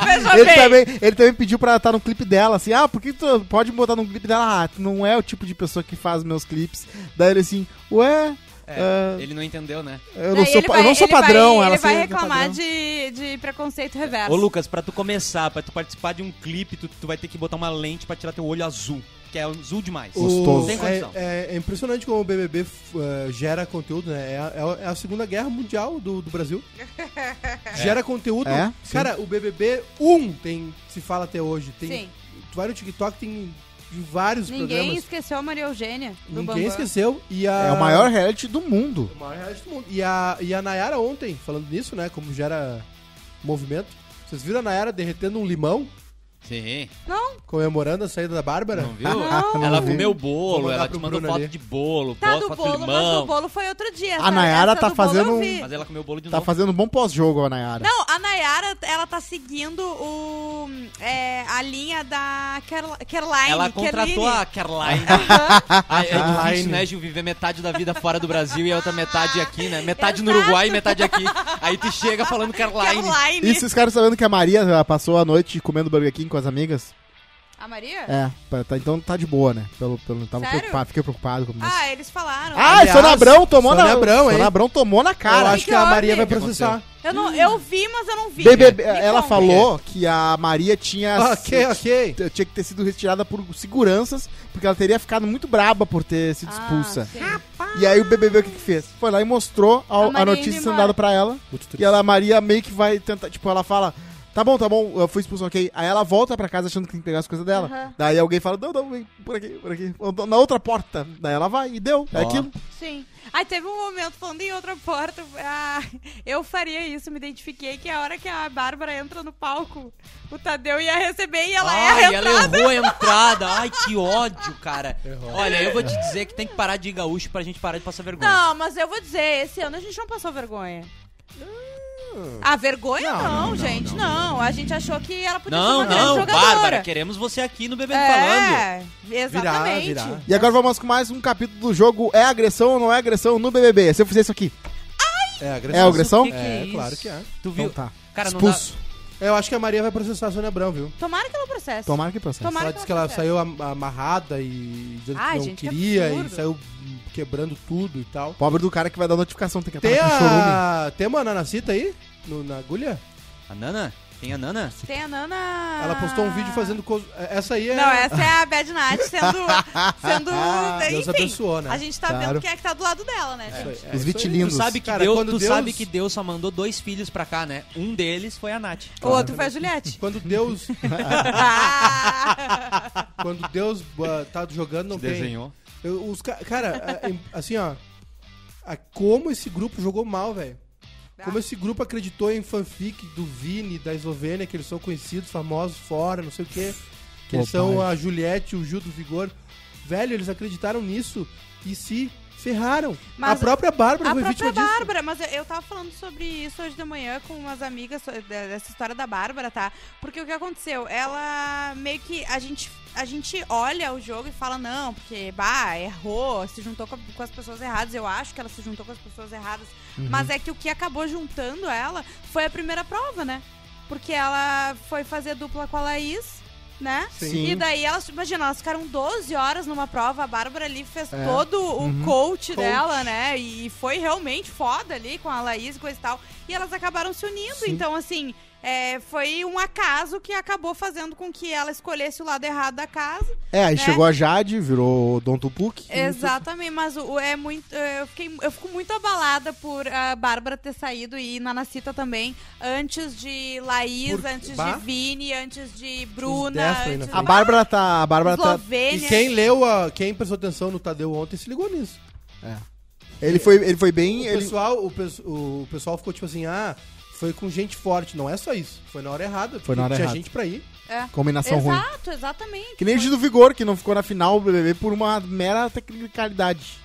(laughs) Veja ele, bem. também, ele também pediu pra estar no clipe dela, assim, ah, por que tu pode botar no clipe dela? Ah, tu não é o tipo de pessoa que faz meus clipes. Daí ele assim, ué, ah, Ele não entendeu, né? eu não Daí sou, ele pa- vai- eu não sou ele vai- padrão. ela Ele vai assim, reclamar não sou de, de preconceito reverso. Ô Lucas, pra tu começar, pra tu participar de um clipe, tu, tu vai ter que botar uma lente pra tirar teu olho azul. que é azul demais. O- Não tem é, condição. é- é impressionante como o BBB f- eh, gera conteúdo, né? É, a- é a Segunda Guerra Mundial do, (laughs) do Brasil. Gera conteúdo. É, sim. Cara, o BBB 1 tem, se fala até hoje. Tem, Sim. Tu vai no TikTok, tem de vários Ninguém programas. esqueceu a Maria Eugênia. Do Bambam. Ninguém esqueceu. E a... É o maior reality do (laughs) mundo. O maior reality do mundo. E a, e a Nayara ontem, falando nisso, né? Como gera movimento. Vocês viram a Nayara derretendo um limão, Sim. Não? comemorando a saída da Bárbara? Não viu? Ela comeu ah, Vou bolo, mandar ela te pro mandou Bruno foto ali. de bolo, Tá foto, do foto bolo, de mas limão. o bolo foi outro dia. A sabe? Nayara Essa tá do bolo eu fazendo um- vi. Mas ela comeu bolo de Tá novo. fazendo um bom pós-jogo, a Nayara. Não, a Nayara, ela tá seguindo o, é, a linha da Carla- Caroline. Ela contratou Kerline. a Caroline. Ah, é difícil, né, Gil? Viver metade da vida fora do Brasil e a outra metade aqui, né? Metade no Uruguai e metade aqui. Aí tu chega falando Caroline. Caroline. E vocês ficaram sabendo que a Maria passou a noite comendo Burger King com as amigas? A Maria? É, pra- tá- então tá de boa, né? Pelo, pelo, tava Sério? preocupado, fiquei preocupado com isso. Ah, eles falaram. Ah, aliás, Sônia Abrão tomou Sônia na Abrão, hein? Sônia Abrão tomou na Eu cara. acho que a houve? Maria vai O que processar. Eu, não, eu vi, mas eu não vi. BBB, Me ela conta. falou que a Maria tinha Ok, ok. t- tinha que ter sido retirada por seguranças, porque ela teria ficado muito braba por ter sido Ah, expulsa. sim. E aí o BBB o que, que fez? Foi lá e mostrou a, A a Maria notícia indo sendo embora. dada pra ela. Muito triste. E ela, a Maria meio que vai tentar, tipo, ela fala, tá bom, tá bom, eu fui expulso, ok. Aí ela volta pra casa achando que tem que pegar as coisas dela. Aham. Daí alguém fala, não, não, vem por aqui, por aqui. Ou, Na outra porta. Daí ela vai e deu. É Ó. aquilo. Sim. Aí teve um momento falando em outra porta. ah, eu faria isso, me identifiquei que é a hora que a Bárbara entra no palco, o Tadeu ia receber e ela Ai, é a Ah, ela entrada. errou a entrada. Ai, que ódio, cara. Olha, eu vou É. te dizer que tem que parar de ir gaúcho pra gente parar de passar vergonha. Não, mas eu vou dizer, esse ano a gente não passou vergonha. Ah. A vergonha não, gente, não, A gente achou que ela podia Não, ser uma grande não, jogadora. Bárbara, queremos você aqui no Bebê Falando. É, exatamente. virar. E agora vamos com mais um capítulo do jogo É agressão ou não é agressão no BBB? Se eu fizer isso aqui. É, É agressão. agressão? Que que é É, isso? claro que é. Tu viu? Então tá. Cara, não Expulso. Eu acho que a Maria vai processar a Sônia Abrão, viu? Tomara que ela processe. Tomara que processo. Tomara ela que disse que ela processe. saiu am- amarrada e dizendo Ai, que não gente, que queria e absurdo. saiu hum, quebrando tudo e tal. Pobre do cara que vai dar notificação, tem que Tem entrar tá com chorume. a... Tem uma nanacita aí? No- na agulha? dá. A Nana? Tem a Nana? tá Tem a Nana. Ela postou um vídeo fazendo... cos- Essa aí é... Ah. Não, essa é a Bad Night (laughs) sendo. sendo Deus enfim, abençoou, né? a gente tá Claro. vendo quem é que tá do lado dela, né, gente? Isso aí, é Os isso Tu aí. vitilindos. sabe que, Cara, Deus, quando tu Deus- sabe que Deus só mandou dois filhos pra cá, né? Um deles foi a Nath. O outro foi a (laughs) Juliette. (laughs) Quando Deus... Ah! quando Deus ah, tá jogando, não tem... Eu- os ca- Cara, é, em- assim, ó... a- Como esse grupo jogou mal, velho. Ah. Como esse grupo acreditou em fanfic do Vini, da Eslovênia, que eles são conhecidos, famosos fora, não sei o quê. Que eles são a Juliette, o Gil do Vigor. Velho, eles acreditaram nisso e se ferraram. Mas a própria Bárbara A foi vítima própria disso. Bárbara, mas eu, eu tava falando sobre isso hoje de manhã com umas amigas, so- de- dessa história da Bárbara, tá? Porque o que aconteceu? Ela meio que. A gente, a gente olha o jogo e fala, não, porque, bah, errou, se juntou com, a- com as pessoas erradas. Eu acho que ela se juntou com as pessoas erradas. Uhum. Mas é que o que acabou juntando ela foi a primeira prova, né? Porque ela foi fazer dupla com a Laís. Né? Sim. E daí elas, imagina, elas ficaram 12 horas numa prova, a Bárbara ali fez É. todo o Uhum. coach dela, né? E foi realmente foda ali com a Laís e coisa e tal. E elas acabaram se unindo. Então, assim, é, foi um acaso que acabou fazendo com que ela escolhesse o lado errado da casa. É, aí né? chegou a Jade, virou Dom Tupuc. Exatamente, mas o, o- é muito. é, Eu, fiquei, eu fico muito abalada por a Bárbara ter saído e Nanacita também, antes de Laís, Por- antes Bah. de Vini, antes de dez Bruna, foi né? na antes A de Bárbara tá. A Bárbara tá. E Eslovênia. quem leu, a, quem prestou atenção no Tadeu ontem se ligou nisso. Ele foi, ele foi bem. O ele- pessoal, o, pes- o pessoal ficou tipo assim, ah, foi com gente forte. Não é só isso. Foi na hora errada. porque na hora tinha errada. gente pra ir. É. Combinação ruim. Exato, exatamente. Que nem o Foi- Gil do Vigor, que não ficou na final do BBB por uma mera tecnicalidade.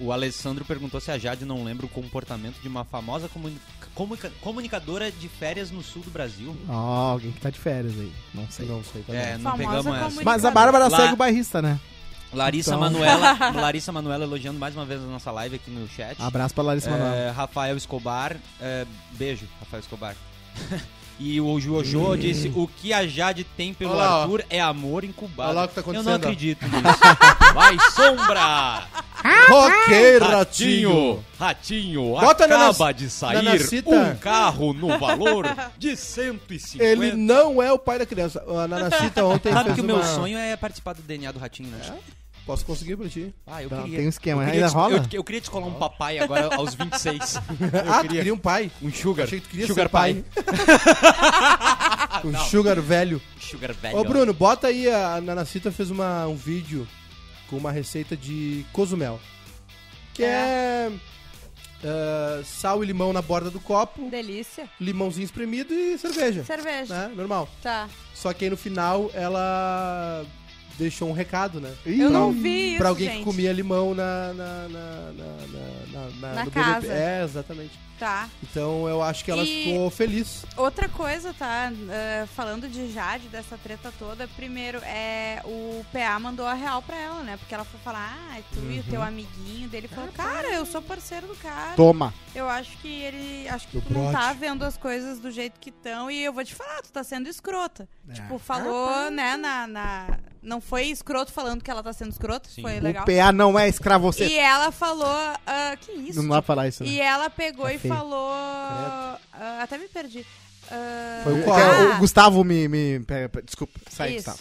O, o Alessandro perguntou se a Jade não lembra o comportamento de uma famosa comuni- comunica- comunicadora de férias no sul do Brasil. Ó, alguém que tá de férias aí. Não sei. Não sei. também. É, não Famosa pegamos essa. comunicadora. Mas a Bárbara Lá- segue o bairrista, né? Larissa Então. (laughs) Manuela, Larissa Manuela elogiando mais uma vez a nossa live aqui no chat. Abraço pra Larissa Manoel. É, Rafael Escobar, é, beijo, Rafael Escobar. (laughs) e o Jojo disse: o que a Jade tem pelo Olha lá, ó. Arthur é amor incubado. Olha lá o que tá Eu acontecendo, não (laughs) ó. acredito nisso. Vai, sombra! Ok, Ah, Ratinho, Ratinho. Ratinho, Bota na acaba nas- de na sair nascita. um carro no valor (laughs) de 150. Ele não é o pai da criança. A Nanacita ontem Sabe fez que o uma... meu sonho é participar do DNA do Ratinho, né? Posso conseguir pra ti. Ah, eu Tá, queria. É? tem um esquema. Eu queria Ainda des- rola? Eu, eu queria descolar um papai agora (laughs) aos 26. Eu Ah, tu queria um pai? Um sugar. Achei que tu queria sugar ser (laughs) pai. um Não. sugar velho. Sugar velho. Ô, Bruno, bota aí. A Nanacita fez uma, um vídeo com uma receita de cozumel. Que é... ah, sal e limão na borda do copo, Delícia. limãozinho espremido e cerveja. Cerveja. Né? Normal. Tá. Só que aí no final ela deixou um recado, né? Eu não vi isso, Pra alguém gente. que comia limão na. na, na, na, na- na- na- Na no casa. BBB. É, exatamente. Tá. Então eu acho que ela E- ficou feliz. Outra coisa, tá? eh, falando de Jade, dessa treta toda, primeiro é o PA mandou a real pra ela, né? Porque ela foi falar, ah, tu e o Uhum. teu amiguinho dele Ah, falou, tá. cara, eu sou parceiro do cara. Toma. Eu acho que ele. Acho que Meu tu não tá brote. vendo as coisas do jeito que estão. E eu vou te falar, tu tá sendo escrota. É. Tipo, falou, né, na, na- Não foi escroto falando que ela tá sendo escrota, foi legal. O PA não é escravo você. E ela falou. ah, que isso? Não dá pra tipo? falar isso, né? E ela pegou Tá e feio. falou. ah, até me perdi. Ah, Foi o, ah, que- o tá. Gustavo me. me pera, pera, desculpa, sai, isso. Gustavo.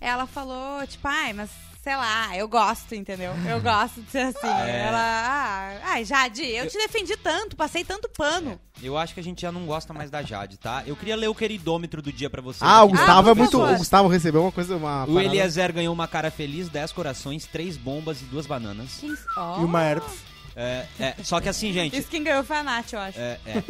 Ela falou, tipo, ai, mas sei lá, eu gosto, entendeu? Uhum. Eu gosto de ser assim. É. Ela, ah, ai, Jade, eu, te defendi tanto, passei tanto pano. Eu acho que a gente já não gosta mais da Jade, tá? Eu queria ler o queridômetro do dia pra vocês. Ah, o aqui. Gustavo por é muito. favor. O Gustavo recebeu uma coisa. Uma O parada. Eliezer ganhou uma cara feliz, 10 corações, 3 bombas e 2 bananas. Quem- ó. E uma Ah. herpes. É, é, só que assim, gente. Isso quem ganhou foi a Nath, eu acho. É, é.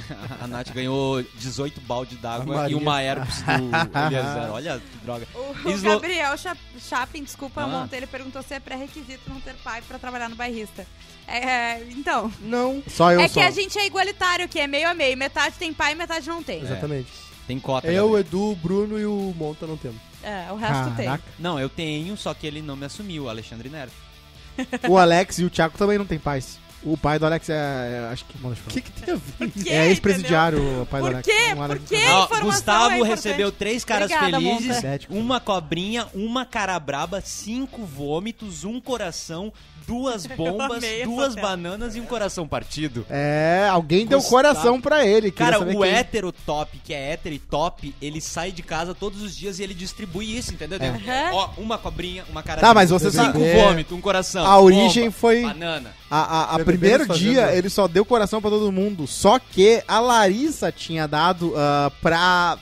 (laughs) A Nath ganhou 18 balde A d'água Maria. e uma herpes do Eliezer. Olha que droga. O Eslo- Gabriel Cha- Chapin, desculpa, Ah. Monteiro, perguntou se é pré-requisito não ter pai pra trabalhar no bairrista. É, é, então. Não. Só eu é só. que a gente é igualitário, que é meio a meio. Metade tem pai, metade não tem. É. Exatamente. Tem É cota. eu, o Gabriel. Edu, o Bruno e o Monta não temos. Tá. É, o resto tem. Não, eu tenho, só que ele não me assumiu, o Alexandre Nero. O Alex e o Thiago também não tem pais. O pai do Alex é. é, acho que. O que, que tem (laughs) a ver? quê, É ex-presidiário o pai Por do Alex. quê? Um Alex- Por quê? Ó, informação é Gustavo importante. recebeu três caras Obrigada, felizes, Monta. uma cobrinha, uma cara braba, cinco vômitos, um coração, (laughs) duas bombas, amei essa duas tela. bananas e um coração partido. É, alguém deu Gustavo. coração pra ele. queria Cara, saber o quem. hétero top, que é hétero e top, ele sai de casa todos os dias e ele distribui isso, entendeu? É. Aham. Ó, uma cobrinha, uma cara Tá, mas braba, você cinco sabe- vômitos, um coração. A origem foi- Banana. A, a, a Bebê primeiro fazendo- dia ele só deu coração pra todo mundo. Só que a Larissa tinha dado ah, pra.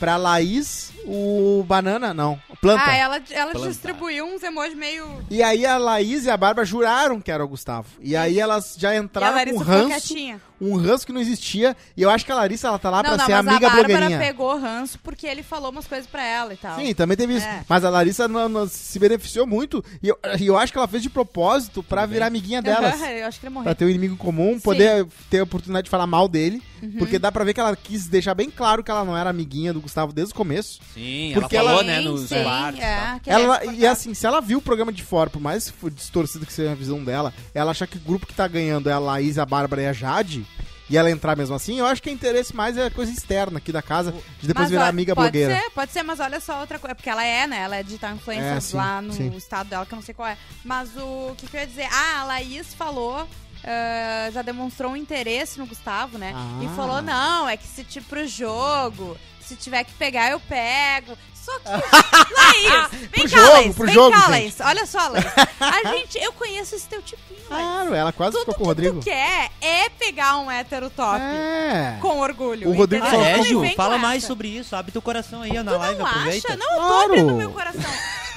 pra Laís o banana, não. Planta. Ah, ela, ela Planta. distribuiu uns emojis meio. E aí a Laís e a Bárbara juraram que era o Gustavo. E aí elas já E a entraram com um Larissa ficou ranço. quietinha. Um ranço que não existia. E eu acho que a Larissa ela tá lá não, pra não, ser mas amiga a Bárbara blogueirinha. pegou ranço porque ele falou umas coisas pra ela e tal. Sim, também teve isso. É. Mas a Larissa não- não se beneficiou muito. E eu, e eu acho que ela fez de propósito pra virar amiguinha é delas. Eu acho que ele Pra morreu. ter um inimigo comum, poder ter a oportunidade de falar mal dele. Uhum. Porque dá pra ver que ela quis deixar bem claro que ela não era amiguinha do Gustavo desde o começo. Sim, Porque ela falou, ela- né, nos sim, quartos. e tal. é, que ele Ela, é e assim, se ela viu o programa de fora, por mais que for distorcido que seja a visão dela, ela achar que o grupo que tá ganhando é a Laís, a Bárbara e a Jade, e ela entrar mesmo assim, eu acho que o interesse mais é a coisa externa aqui da casa, de depois Mas virar olha, amiga pode blogueira. Ser, pode ser, mas olha só outra coisa. Porque ela é, né? Ela é digital influencer É, sim, lá no sim. estado dela, que eu não sei qual é. Mas o que, que eu ia dizer? Ah, a Laís falou. ah, já demonstrou um interesse no Gustavo, né? Ah. E falou: não, é que se te pro jogo, se tiver que pegar, eu pego. Só (laughs) que. Laís! Vem Pro cá, jogo, Laís! pro vem jogo, cá, gente. Laís! Olha só, Laís! (laughs) A gente, eu conheço esse teu tipinho, Laís. Claro, ela quase Tudo Ah, ficou com que o Rodrigo. tu quer é pegar um hétero top. É. Com orgulho. O Rodrigo entendeu? só- Ah, é, Não Ju, vem com fala essa. mais sobre isso. Abre teu coração aí, ó, na Tu live, não aproveita. acha? Não, eu tô Claro. abrindo meu coração.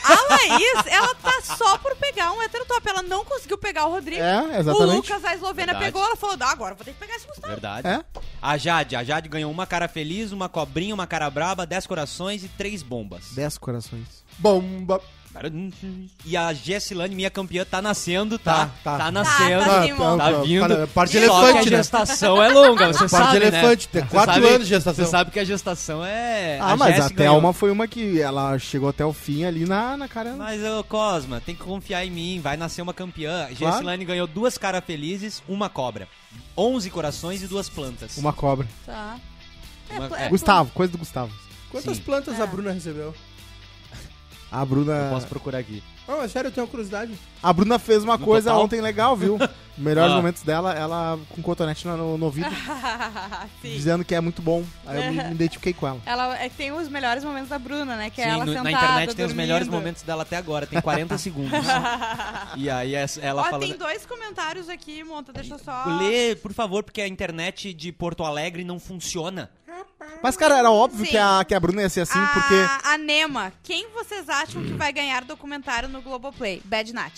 A Laís, ela tá só por pegar um hétero top. Ela não conseguiu pegar o Rodrigo. É, o exatamente. Lucas, a Eslovênia, Verdade. pegou. Ela falou, ah, agora eu vou ter que pegar esse Gustavo. Verdade. É? A Jade, a Jade ganhou uma cara feliz, uma cobrinha, uma cara braba, 10 corações e três bombas. Dez corações. Bomba. E a Gessilane, minha campeã, tá nascendo, tá? Tá, Tá, tá. Tá, nascendo. Tá, tá sim, mano. vindo. Parte de Só que elefante, a né? gestação é longa, você sabe, Parte de né? elefante. Tem Você quatro sabe- anos de gestação. Você sabe que a gestação é... Ah, a mas Jess a ganhou. Thelma foi uma que ela chegou até o fim ali na, na cara. Mas, ô, Cosma, tem que confiar em mim, vai nascer uma campeã. A Claro. Gessilane ganhou duas caras felizes, uma cobra. 11 corações e duas plantas. Uma cobra. Tá. Uma- é. Gustavo, coisa do Gustavo. Quantas Ah. Sim. plantas a Bruna recebeu? A Eu Bruna. posso procurar aqui. Não, é sério, eu tenho uma curiosidade. A Bruna fez uma No coisa total? ontem legal, viu? Melhores Ah. momentos dela, ela com cotonete no, no, no ouvido, (laughs) Ah, Sim. dizendo que é muito bom. Aí eu me, me identifiquei com ela. Ela é, tem os melhores momentos da Bruna, né? Que é Sim, ela no- sentada, na internet tem os dormindo. (laughs) melhores momentos dela até agora, tem 40 segundos. E aí essa- ela Ó, falando. tem dois comentários aqui, Monta, deixa eu só... Lê, por favor, porque a internet de Porto Alegre não funciona. Mas, cara, era óbvio Sim. que a, que a Bruna ia ser assim, porque. A, a Nema, quem vocês acham que vai ganhar documentário no Globoplay? Bad Nat.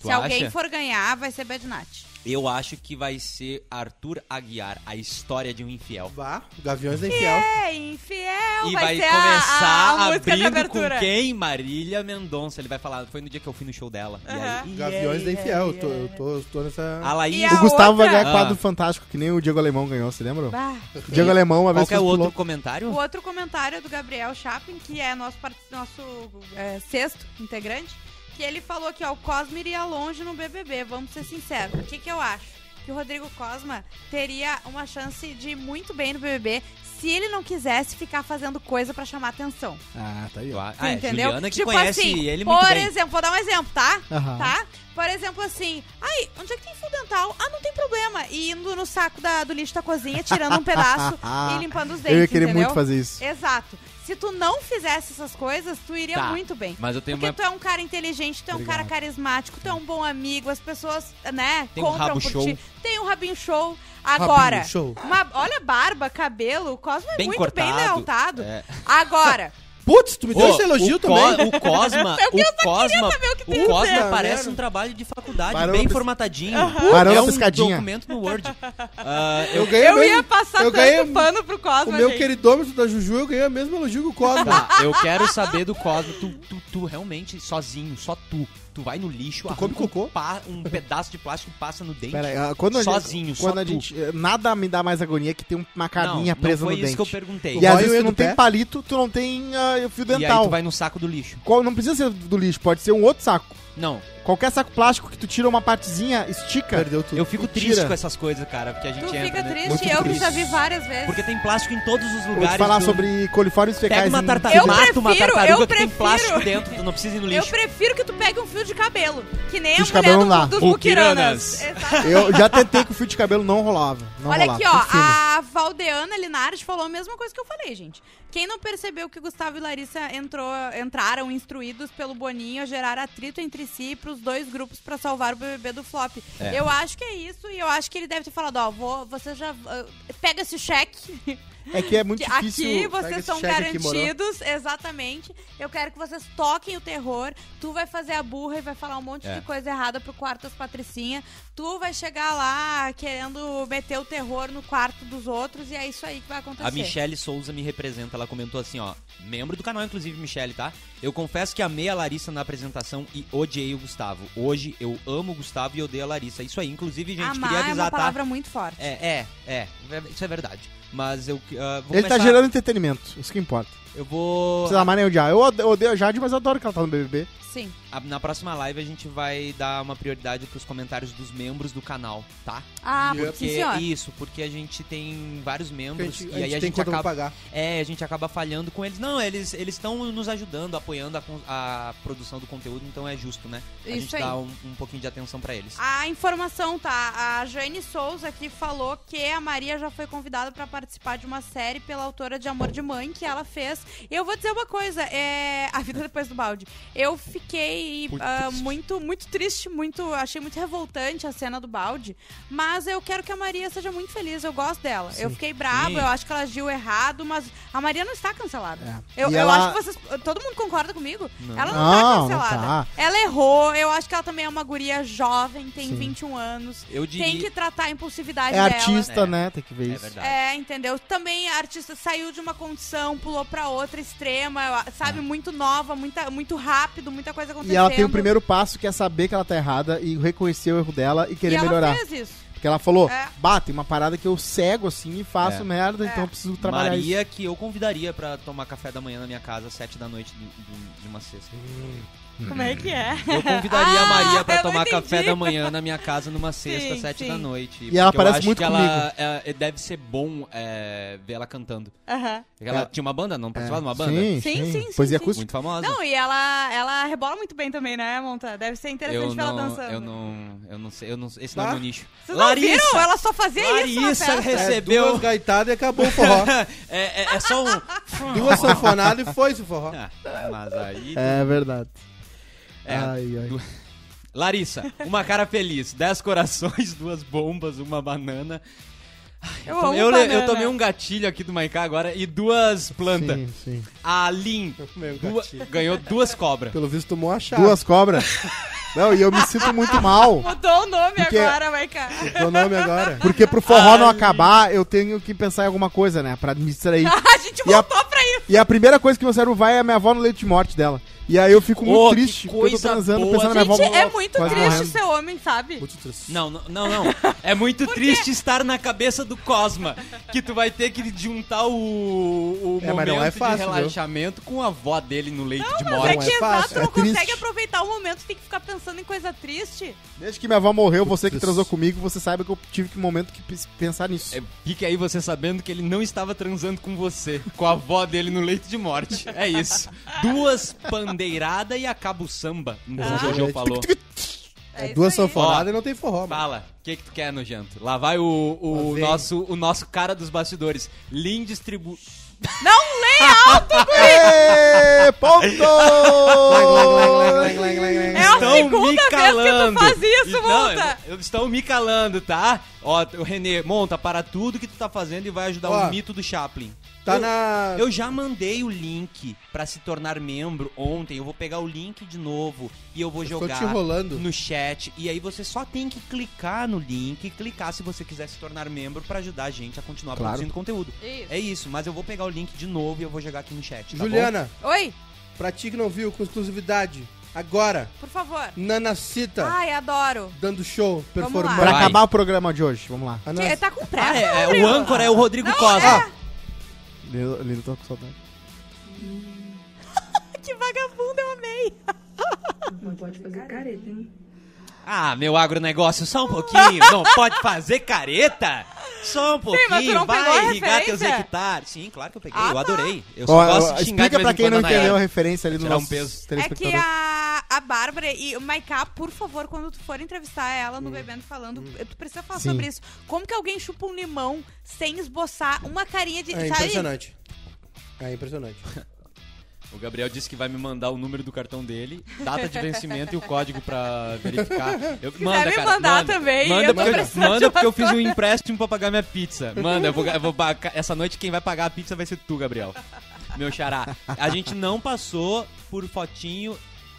Tu Se alguém acha? for ganhar, vai ser Bad Nat. Eu acho que vai ser Arthur Aguiar, a história de um infiel. Vá, Gaviões da Que Infiel. é infiel, e vai, vai, ser a- começar a, a música de abrindo com abertura. quem? Marília Mendonça. Ele vai falar, foi no dia que eu fui no show dela. E aí, Aham. Gaviões da Infiel, eu tô, eu tô, eu tô nessa. A Laís- E O Gustavo vai ganhar Ah. quadro fantástico, que nem o Diego Alemão ganhou, você lembra? Bah. O Diego Alemão, uma Qual vez que é o fez outro piloto- comentário? O outro comentário é do Gabriel Chapin, que é nosso, part- nosso é, sexto integrante, que ele falou que ó, o Cosma iria longe no BBB, vamos ser sinceros. O que, que eu acho? Que o Rodrigo Cosma teria uma chance de ir muito bem no BBB se ele não quisesse ficar fazendo coisa pra chamar atenção. Ah, tá aí. Ah, Tu é, entendeu? Juliana que tipo conhece assim, ele por muito bem. exemplo, vou dar um exemplo, tá? Aham. Tá? Por exemplo, assim, ai, onde é que tem fio dental? Ah, não tem problema. E indo no saco da- do lixo da cozinha, tirando um pedaço (laughs) e limpando os Eu dentes. ia querer entendeu? muito fazer isso. Exato. Se tu não fizesse essas coisas, tu iria Tá, muito bem. mas eu tenho Porque uma- tu é um cara inteligente, tu é um cara Obrigado. carismático, tu é um bom amigo, as pessoas, né, Tem um compram rabo por show. ti. Tem um rabinho show. Agora, Rabinho show. uma- olha a barba, cabelo, o Cosmo é Bem muito cortado. bem lealtado. É. (laughs) Agora, Putz, tu me Então deu Ô, esse elogio o também? Co- o Cosma, (laughs) Eu queria- eu o Cosma, saber o que tu ia o Cosma dizer. né? parece um trabalho de faculdade, Barão bem da pes- formatadinho. Aham. Barão é da um pescadinha. documento no (laughs) Word. Ah, Eu ganhei eu o ia mesmo- passar eu tanto ganhei o- pano pro Cosmo, O meu gente. queridômetro da Juju, eu ganhei o mesmo elogio que (laughs) o Cosmo. Tá, eu quero saber do Cosmo. Tu, tu, tu realmente, sozinho, só tu. Tu vai no lixo, arranca come um pa- Um, pedaço de plástico passa no dente. Pera aí, ah, quando a gente- sozinho, quando só a tu. gente, eh, Nada me dá mais agonia que ter uma carinha não presa foi no isso dente. que eu perguntei. E Olha às o vezes é dedo tu não do tem pé. palito, tu não tem ah, fio E aí dental. tu vai no saco do lixo. Qual- não precisa ser do lixo, pode ser um outro saco. Não. Qualquer saco plástico que tu tira uma partezinha, estica. Perdeu tudo. Eu fico triste com essas coisas, cara, porque a gente tu entra, fica né? triste, Muito eu que triste. já vi várias vezes. Porque tem plástico em todos os Vou te lugares. falar tu- sobre coliformes Pega fecais. uma em- tartaruga, Eu mata uma prefiro- tartaruga eu que tem prefiro- plástico dentro, tu não precisa ir no Eu um lixo. prefiro que tu pegue um fio de cabelo, que nem Fio a de mulher cabelo não dá. do, dos Muquiranas. Muquiranas. Eu já tentei que o fio de cabelo não rolava. Não Olha aqui, rolava, fio ó, fino. a Valdeana Linares falou a mesma coisa que eu falei, gente. Quem não percebeu que Gustavo e Larissa entrou- entraram instruídos pelo Boninho a gerar atrito entre si pros dois grupos pra salvar o BBB do flop. É. Eu acho que é isso e eu acho que ele deve ter falado, ó, vou, você já ah, pega esse cheque. É que é muito que difícil. Aqui Pega vocês esse são cheque aqui, moro. garantidos, exatamente. Eu quero que vocês toquem o terror. Tu vai fazer a burra e vai falar um monte É. de coisa errada pro quarto das patricinhas. Tu vai chegar lá querendo meter o terror no quarto dos outros e é isso aí que vai acontecer. A Michelle Souza me representa, ela comentou assim, ó, membro do canal, inclusive, Michelle, tá? Eu confesso que amei a Larissa na apresentação e odiei o Gustavo. Hoje eu amo o Gustavo e odeio a Larissa. Isso aí, inclusive, gente, Amar queria é avisar, uma tá? palavra muito forte. É, é, é, isso é verdade. Mas eu ah, vou Ele tá começar- gerando entretenimento, isso que importa. Eu vou... Não precisa amar nem odiar. Eu ode- odeio a Jade, mas eu adoro que ela tá no BBB. Sim. A- Na próxima live a gente vai dar uma prioridade pros comentários dos membros do canal, tá? Ah, porque sim, senhor. isso, porque a gente tem vários membros Porque a gente- e a aí gente a tem gente conta pra acaba pagar. É, a gente acaba falhando com eles. Não, eles eles estão nos ajudando, apoiando a, con- a produção do conteúdo, então é justo, né? A Isso gente aí. Ah, dá um, um pouquinho de atenção pra eles. A informação, tá? A Jane Souza aqui falou que a Maria já foi convidada pra participar de uma série pela autora de Amor de Mãe que ela fez. Eu vou dizer uma coisa, é... (laughs) a vida depois do balde. Eu fiquei Muito ah, triste. muito, muito triste, muito, achei muito revoltante a cena do balde, mas eu quero que a Maria seja muito feliz, eu gosto dela. Sim. Eu fiquei brava, Sim. eu acho que ela agiu errado, mas a Maria não está cancelada. É. Eu, E eu ela- acho que vocês, todo mundo concorda comigo? Não. Ela Não, não, não está cancelada. tá. Ela errou, eu acho que ela também é uma guria jovem, tem Sim. 21 anos. Eu diria- É Tem que tratar a impulsividade É dela. artista, né? Tem que ver isso. É, entendeu? Também a artista saiu de uma condição, pulou pra outra extrema, sabe? Muito nova, muita, muito rápido, muita coisa acontecendo. E ela tem o primeiro passo que é saber que ela tá errada e reconhecer o erro dela e querer E ela melhorar. fez isso. Porque ela falou, É. bah, tem uma parada que eu cego assim e faço É. merda, É. então eu preciso trabalhar Maria isso. Uhum. que eu convidaria pra tomar café da manhã na minha casa às sete da noite do- do- de uma sexta. Como é que é? Eu convidaria a (laughs) Maria Ah, pra eu não tomar café entendi. da manhã na minha casa numa sexta, Sim, sete sim. da noite. E ela porque eu parece acho muito que comigo. ela é, deve ser bom é, ver ela cantando. Aham. Ela É. tinha uma banda, não participava de uma Sim, Sim, banda? sim, sim, Poesia sim. acústica. Muito famosa. Não, e ela, ela rebola muito bem também, né, Monta? Deve ser interessante eu ver ela não, dançando. eu não, eu não sei, eu não, esse Tá. não é meu nicho. Vocês não viram? Ela só fazia isso na Larissa festa. recebeu- É, duas gaitadas e acabou o forró. (laughs) é, é- é só um... duas sanfonadas e foi-se o forró. Ah, mas aí... É verdade. É. Ai, ai. Du- Larissa, uma cara feliz, dez corações, (laughs) duas bombas, uma banana. Ai, Eu amo tomei- eu, le- eu banana. tomei um gatilho aqui do Maiká agora e duas plantas. Sim, um sim. A Lin Meu duas- gatinho. ganhou duas cobras. Pelo visto, tomou a chave. Duas cobras. Não, e eu me sinto muito mal. Mudou o nome Porque- agora, vai cá. Teu nome agora. Porque pro forró não acabar, eu tenho que pensar em alguma coisa, né? Pra me distrair. (laughs) a gente E a- voltou pra isso. E a primeira coisa que meu cérebro vai é a minha avó no leite de morte dela. E aí eu fico muito Oh, que triste, porque eu tô coisa transando, boa. pensando na minha avó. Gente, é muito quase triste morrendo. ser homem, sabe? Muito triste. Não, não, não, não. É muito triste estar na cabeça do Cosma, que tu vai ter que juntar o, o É, mas momento não é fácil, de viu? relaxamento com a avó dele no leite de Não Mas morte. é é que exato, fácil, não é triste. consegue aproveitar o momento, tem que ficar pensando em coisa triste. Desde que minha avó morreu, você que transou comigo, você saiba que eu tive que um momento que pis- pensar nisso. É, Fique aí você sabendo que ele não estava transando com você, com a avó dele no leito de morte. É isso. Duas pandeirada e acaba o samba, Ah. como o Jojo falou. É, isso duas aí. sanfonadas e não tem forró, mano. Fala, o que, que tu quer, nojento? Lá vai o, Lá o, vem. nosso, o nosso cara dos bastidores. Lin distribu... Não leia alto, guri! Ê, (laughs) Lang, lang, Ponto! lang, lang, lang, lang. É a segunda vez que tu faz isso, Não, Monta. Então, eu- eu- estão me calando, tá? Ó, o Renê, Monta, para tudo que tu tá fazendo e vai ajudar Ó. o mito do Chaplin. Tá Eu- na... Eu já mandei o link pra se tornar membro ontem. Eu vou pegar o link de novo e eu vou Eu tô jogar te enrolando. no chat. E aí você só tem que clicar no link, clicar se você quiser se tornar membro pra ajudar a gente a continuar Claro. produzindo conteúdo. Isso. É isso, mas eu vou pegar o link de novo e eu vou jogar aqui no chat. tá Juliana, Oi, pra ti que não viu, com exclusividade, agora, por favor. Nanacita, Ai, adoro. dando show, Pra performando. Vai. acabar o programa de hoje, vamos lá. A Tia, Nanacita- tá com bom? Ah, pressa, é, é, Rodrigo? o âncora é o Rodrigo Não, Costa. é. Lindo, lindo, tô tá com saudade. (laughs) Que vagabundo, eu amei. Não pode fazer careta, hein? Ah, meu agronegócio, só um pouquinho. (laughs) não pode fazer careta? Só um pouquinho, mas tu não pegou a vai irrigar teus referência? hectares. Sim, claro que eu peguei, Ah, eu tá. adorei. Eu só Ó, gosto ó, de xingar explica de vez pra em quem quando não a Nayara. entendeu a referência ali do Tirar um nosso É peso. que telespectador. a, a Bárbara e o Maiká, por favor, quando tu for entrevistar ela no Bebendo Falando, tu precisa falar Sim. sobre isso. Como que alguém chupa um limão sem esboçar uma carinha de... É sabe? impressionante. É impressionante. O Gabriel disse que vai me mandar o número do cartão dele, data de vencimento e o código pra verificar. Eu, manda, me cara, mandar manda. também, Manda, eu tô porque, precisando de manda porque eu umas fiz um empréstimo pra pagar minha pizza. Manda, eu vou, eu vou pa- essa noite quem vai pagar a pizza vai ser tu, Gabriel. Meu xará. A gente não passou por fotinho,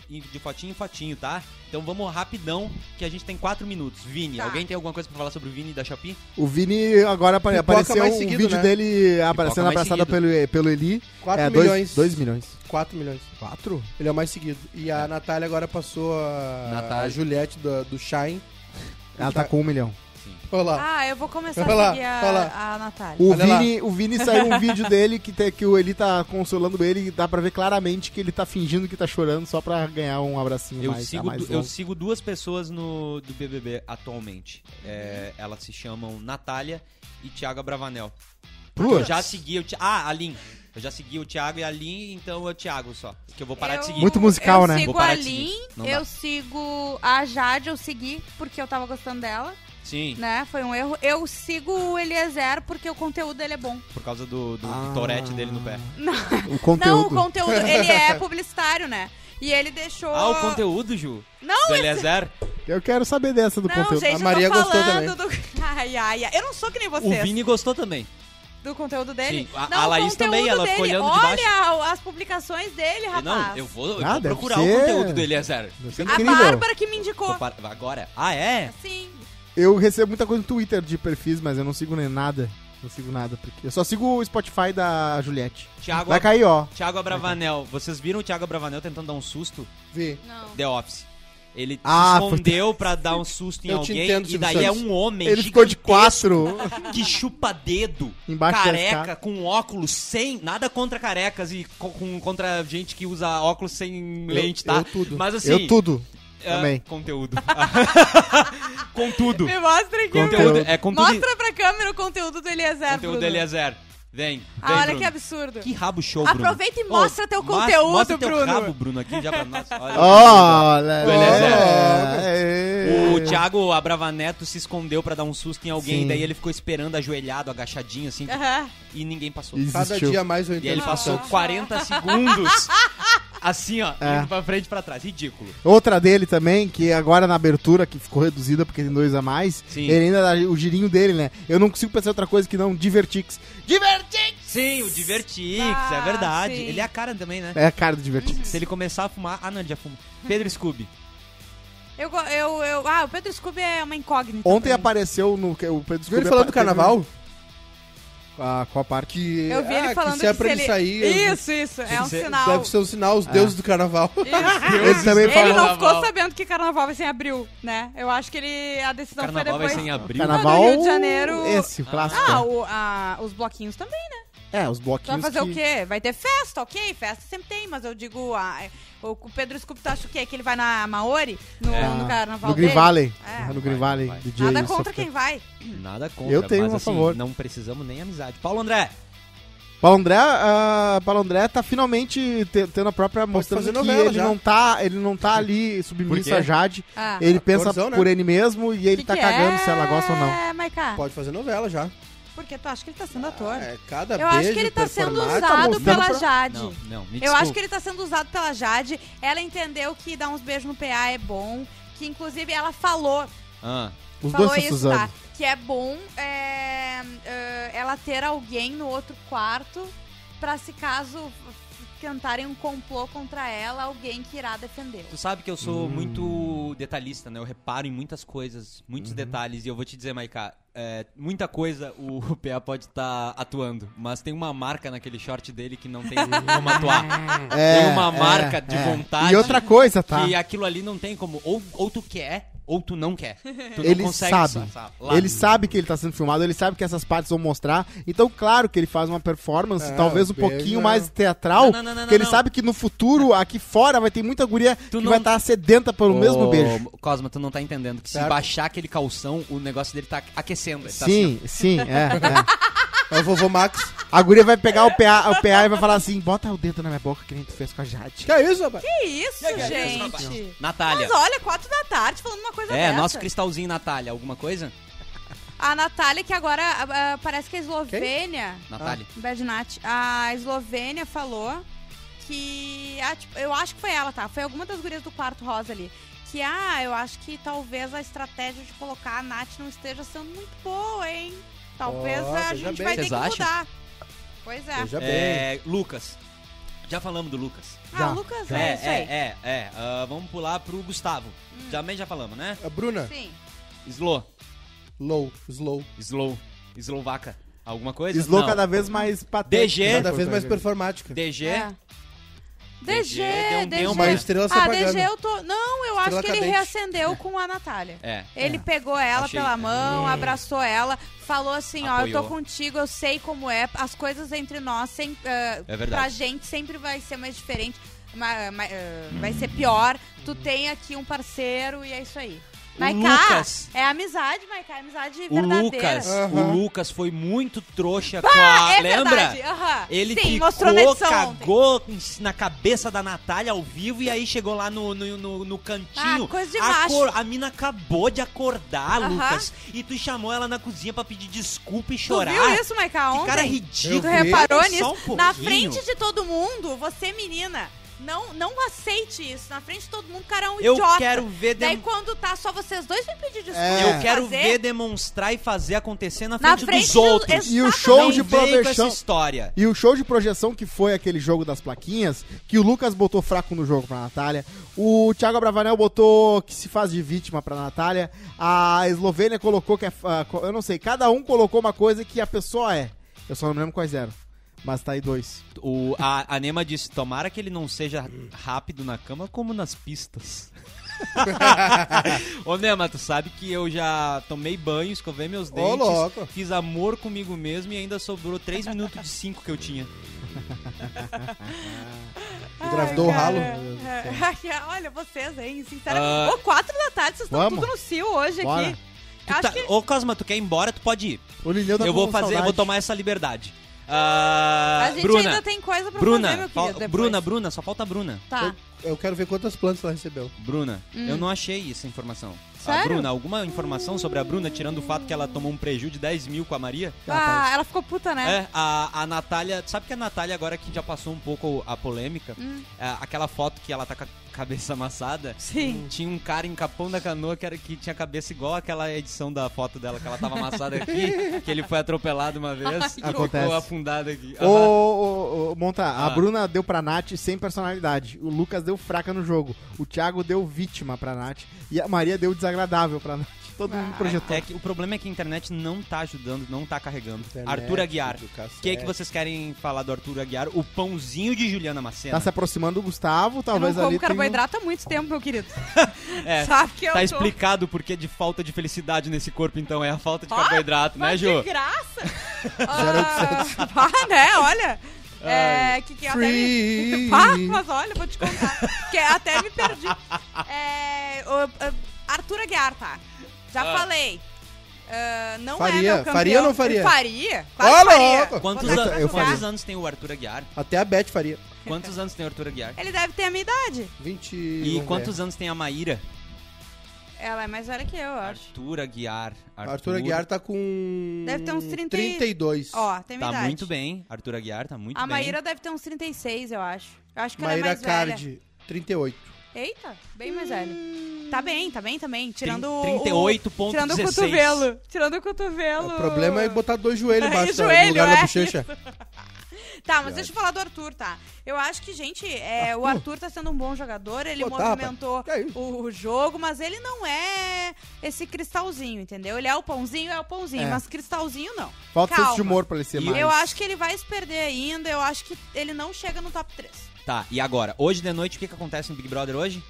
e- de fotinho em fotinho, tá? Então vamos rapidão, que a gente tem quatro minutos. Vini, Tá. alguém tem alguma coisa pra falar sobre o Vini da Shopee? O Vini agora apare- Pipoca apareceu um mais seguido, vídeo né? dele abra- Pipoca sendo mais abraçado seguido. pelo, pelo Eli. 4 é, milhões. 2 milhões. 4 milhões. 4? Ele é o mais seguido. E a Natália agora passou a, Natália. a Juliette do, do Shine. Ela tá com um milhão. Olha lá. Ah, eu vou começar Vai lá, a seguir vai lá. a, a Natália. O Olha lá. Vini, o Vini saiu um vídeo dele que, tem- que o Eli tá consolando ele e dá pra ver claramente que ele tá fingindo que tá chorando só pra ganhar um abracinho Eu, mais, a sigo, mais um. du- eu longo. sigo duas pessoas no do BBB atualmente. É, elas se chamam Natália e Thiago Bravanel. Duas? Eu já segui o Thi- Ah, a Lin. Eu já segui o Thiago e a Lin, então é o Thiago só. Que eu vou parar de seguir. Muito musical, eu né? Sigo Vou parar a de seguir. Lin, Não eu dá. sigo a Jade, eu segui porque eu tava gostando dela, Sim, né? Foi um erro. Eu sigo o Eliezer porque o conteúdo dele é bom. por causa do, do Ah. torete dele no pé. O conteúdo. Não, o conteúdo, ele é publicitário, né? E ele deixou. Ah, o conteúdo, Ju. Oh. Não, Do Eliezer. Eu quero saber dessa do Não, conteúdo. Tá gente, A Maria eu tô gostou falando do. (laughs) Ai, ai, ai. Eu não sou que nem O vocês. Vini gostou também. Do conteúdo dele. Sim, a- não, a o Laís também, conteúdo ela ficou dele. olhando de baixo. Olha as publicações dele, E rapaz. Não, eu vou, eu Ah, vou deve procurar ser- o conteúdo do Eliezer. Deve ser A é incrível. Bárbara que me indicou. Vou par- Agora? Ah, é? Sim. Eu recebo muita coisa no Twitter de perfis, mas eu não sigo nem nada. Não sigo nada. Porque... Eu só sigo o Spotify da Juliette. Thiago, Vai cair, ó. Thiago Abravanel. Vocês viram o Thiago Abravanel tentando dar um susto? Vi. Não. The Office. Ele Ah, se escondeu pra dar um susto em Eu te alguém entendo, e Silvio daí é Santos. um homem Ele ficou de quatro. que chupa dedo, Embaixo das careca, caras. com óculos sem, nada contra carecas e co- com, contra gente que usa óculos sem Eu- lente, tá? eu tudo. Mas assim, Eu tudo. ah, Também. Conteúdo. (laughs) contudo. Me mostra aqui. Conteúdo, meu. é conteúdo. Mostra pra câmera o conteúdo do Eliezer, Conteúdo Bruno. Eliezer. Vem, vem, Ah, olha Bruno. que absurdo. Que rabo show, Bruno. Aproveita e mostra teu Ô, mos- conteúdo, mostra teu Bruno. rabo, Bruno, aqui já (laughs) pra nós. Ah, Olha. Olha, O Eliezer. é. O Thiago Abrava Neto se escondeu pra dar um susto em alguém, Sim. daí ele ficou esperando ajoelhado, agachadinho, assim, Aham. e ninguém passou. Desistiu. Cada dia mais eu E aí entendo. ele passou Santos. 40 segundos, assim, ó, É. indo pra frente e pra trás. Ridículo. Outra dele também, que agora na abertura, que ficou reduzida porque tem dois a mais, Sim. ele ainda dá o girinho dele, né? Eu não consigo pensar em outra coisa que não Divertix. Divertix! Sim, o Divertix, é verdade. Ah, sim. Ele é a cara também, né? É a cara do Divertix. Se ele começar a fumar... Ah, não, ele já fuma. Pedro Scooby. Eu, go- eu, eu, ah, o Pedro Scooby é uma incógnita. Ontem pra mim. apareceu no. que O Pedro Viu ele Scooby falando do apa- teve carnaval? um- Ah, qual é a parte? Que, Eu vi ah, ele que falando se é que pra se ele ele- sair... Isso, isso. É um Isso é- sinal. Deve ser um sinal, os deuses (laughs) do carnaval. Isso. Ele também Ah, Ele falou. não ficou Carnaval. sabendo que carnaval vai ser em abril, né? Eu acho que ele. A decisão Carnaval foi vai depois. ser em abril. Carnaval. Ah, no Rio de Janeiro- Esse, o clássico. Ah, né? o- a- os bloquinhos também, né? É, os bloquinhos. Vai fazer que- o quê? Vai ter festa, ok? Festa sempre tem, mas eu digo. ah, é- o Pedro Scooby, tu acha o quê? Que ele vai na Maori? No, É. Ah, no carnaval No dele? Green Valley. É. No Green Valley. Vai, vai. DJ Nada contra software. quem vai. Nada contra, Eu tenho mas um a assim, favor. não precisamos nem amizade. Paulo André, Paulo André, ah, Paulo André tá finalmente te- tendo a própria mostrando fazer que novela ele já. não, tá, ele não tá ali Por submisso quê? a Jade. Ah. Ele pensa Atorzão, né? por ele mesmo e ele Que tá que cagando é, se ela gosta ou não. Maiká? Pode fazer novela já. Porque tu acha que ele tá sendo ator. É, cada Eu acho que ele tá sendo usado mostrando pela pra- Jade. Não, não, me Eu desculpa. acho que ele tá sendo usado pela Jade. Ela entendeu que dar uns beijos no PA é bom. Que inclusive ela falou. Ah, Os falou dois são isso, Suzano. tá? Que é bom é, é, ela ter alguém no outro quarto pra se caso tentarem um complô contra ela, alguém que irá defender. tu sabe que eu Hum. sou muito detalhista, né? Eu reparo em muitas coisas, muitos Uhum. detalhes. E eu vou te dizer, Maiká, é, muita coisa o o (laughs) PA pode estar atuando. Mas tem uma marca naquele short dele que (laughs) não tem como É. atuar. tem uma marca de vontade. E outra coisa, tá? Que aquilo ali não tem como. Ou, ou tu quer, ou tu não quer. (laughs) Tu não Ele consegue sabe. sa- sa- lá. Ele sabe que ele tá sendo filmado, ele sabe que essas partes vão mostrar. Então, claro que ele faz uma performance, É, talvez um bem, pouquinho né? mais teatral. Não, não, não, não, porque ele não. sabe que no futuro, aqui fora, vai ter muita guria Tu que não- vai estar sedenta por um Ô, mesmo beijo. Cosma, tu não tá entendendo que se Certo. baixar aquele calção, o negócio dele tá aquecendo. Ele tá assim, Sim, ó. sim, é, é. É o (laughs) vovô Max. A guria vai pegar o PA, o PA e vai falar assim: bota o dedo na minha boca que nem tu fez com a Jade. Que é isso, rapaz? Que isso, Que que é isso, rapaz? gente? Natália. Mas olha, quatro da tarde falando uma coisa É, dessa. nosso cristalzinho Natália, alguma coisa? A Natália, que agora ah, ah, parece que é Eslovênia. Ah. Natália. Bad Nat. A Eslovênia falou que. ah, tipo, eu acho que foi ela, tá? Foi alguma das gurias do quarto rosa ali. Que, ah, eu acho que talvez a estratégia de colocar a Nath não esteja sendo muito boa, hein? Talvez Ó, a veja gente bem. vai ter Vocês que acham? mudar. Pois é. Veja bem. É, Lucas. Já falamos do Lucas. Ah, Já. o Lucas, É, é, isso aí. é, é, é. Ah, vamos pular pro Gustavo. Hum. Também já falamos, né? A Bruna, Sim. Slow. low, slow. Slow. Eslovaca. Alguma coisa? Slow Não. cada vez mais DG. patético. Cada vez mais performática. DG. É. DG, deu DG. um- deu Uma estrela se Ah, apagando. DG eu tô. Não, eu acho Estrela que ele cadente. reacendeu com a Natália. É. Ele pegou ela Achei- pela mão, abraçou ela, falou assim: ó, eu Apoiou. tô contigo, eu sei como é. As coisas entre nós, sem, ah, É verdade. pra gente, sempre vai ser mais diferente, ma- ma- ah, vai ser pior. Tu tem aqui um parceiro e é isso aí. Uhum. O Maiká, Lucas. é amizade, Maiká, é amizade O verdadeira. Lucas, Aham. o Lucas foi muito trouxa com a. É Lembra? verdade, aham. Ele Sim, ficou, mostrou na edição ontem. cagou na cabeça da Natália ao vivo e aí chegou lá no, no, no- no cantinho. Ah, coisa de a, macho. a mina acabou de acordar, Aham. Lucas. E tu chamou ela na cozinha pra pedir desculpa e Tu chorar. viu isso, Maiká, Que ontem? cara Tu ridículo. reparou Só nisso? um na pouquinho. frente de todo mundo, você menina, não, não aceite isso. Na frente de todo mundo, o cara é um Eu idiota. quero ver. Daí dem- quando tá só vocês dois, vem pedir desculpa. É. fazer. Eu quero ver demonstrar e fazer acontecer na Na frente, frente dos do- outros. E o Não show de vem com essa projeção. história. E o show de projeção que foi aquele jogo das plaquinhas, que o Lucas botou fraco no jogo pra Natália, o Thiago Abravanel botou que se faz de vítima pra Natália, a Eslovênia colocou que é. ah, co- Eu não sei, cada um colocou uma coisa que a pessoa é. Eu só não me lembro quais eram. Mas tá aí dois. O, a, a Nema disse: tomara que ele não seja rápido na cama como nas pistas. (laughs) Ô, Nema, tu sabe que eu já tomei banho, escovei meus dentes, louco. fiz amor comigo mesmo e ainda sobrou 3 minutos de 5 que eu tinha. Engravidou o ralo. É, Olha, vocês, hein? Ah. Sinceramente. Ô, quatro da tarde, vocês estão Vamos. tudo no cio hoje Bora. aqui. Tu Eu tá- acho que. Ô, Cosma, tu quer ir embora, tu pode ir. O Lilhão tá eu com vou fazer, eu vou saudade. tomar essa liberdade. Ah, A gente Bruna, ainda tem coisa pra Bruna, fazer, meu fal- querido, depois. Bruna, Bruna, só falta a Bruna. Tá. Eu quero ver quantas plantas ela recebeu. Bruna, Hum. eu não achei essa informação. A Sério? Bruna, alguma informação sobre a Bruna, tirando o fato que ela tomou um prejuízo de 10 mil com a Maria? Ah, ela ficou puta, né? É, a, a Natália. Sabe que a Natália, agora que já passou um pouco a polêmica, Hum. é, aquela foto que ela tá com a cabeça amassada. Sim. Tinha um cara em Capão da Canoa que, era, que tinha a cabeça igual aquela edição da foto dela, que ela tava amassada (laughs) aqui, que ele foi atropelado uma Ai, vez. que Acontece. Ficou afundado aqui. Ô, ô, ô, Monta, Ah. a Bruna deu pra Nath sem personalidade. O Lucas deu fraca no jogo. O Thiago deu vítima pra Nath. E a Maria deu desagradável pra Nath. Todo mundo projetou. É que o problema é que a internet não tá ajudando, não tá carregando. Internet Arthur Aguiar. do O cacete. que, que vocês querem falar do Arthur Aguiar? O pãozinho de Juliana Macena. Tá se aproximando do Eu Gustavo, não talvez ali. como tenha um- carboidrato há muito tempo, meu querido. (laughs) É, Sabe que eu tá tô- explicado por que de falta de felicidade nesse corpo, então, é a falta de Ó, carboidrato, né, mas Ju? Que é? (laughs) graça! Ah, pá, né? Olha. É, que, que até me... Free. Pá, mas olha, vou te contar. que até me perdi. É, o, a- Arthur Aguiar, tá? Já Ah. falei. Ah, não é Faria. meu campeão. Faria ou não faria? Faria. Ó, Claro que faria. louco! Quantos, Eu- an- eu quantos faria. anos tem o Arthur Aguiar? Até a Beth faria. Quantos anos tem o Arthur Aguiar? Ele deve ter a minha idade. 20. E quantos anos tem a Maíra? Ela é mais velha que eu, eu acho. Arthur Aguiar. Arthur Aguiar tá com. Deve ter uns 30 e- 32. Ó, tem minha Tá idade. muito bem. Arthur Aguiar tá muito a bem. Maíra deve ter uns 36, eu acho. Eu acho que ela é Maíra mais Cardi, velha. 38. Eita, bem mais velha. Tá bem, tá bem também. Tirando o- o... 38,16. Tirando o cotovelo. Tirando o cotovelo. O problema é botar dois É, joelhos embaixo da- joelho, no lugar é da bochecha. Tá, mas deixa eu falar do Arthur, tá? Eu acho que, gente, é, o Arthur tá sendo um bom jogador, ele Pô, tá, movimentou o, o jogo, mas ele não é esse cristalzinho, entendeu? Ele é o pãozinho, é o pãozinho, É. mas cristalzinho não. Falta Calma. senso de humor pra ele É ser mais. Eu acho que ele vai se perder ainda, eu acho que ele não chega no top 3. Tá, e agora? Hoje de noite, o que, que acontece no Big Brother hoje?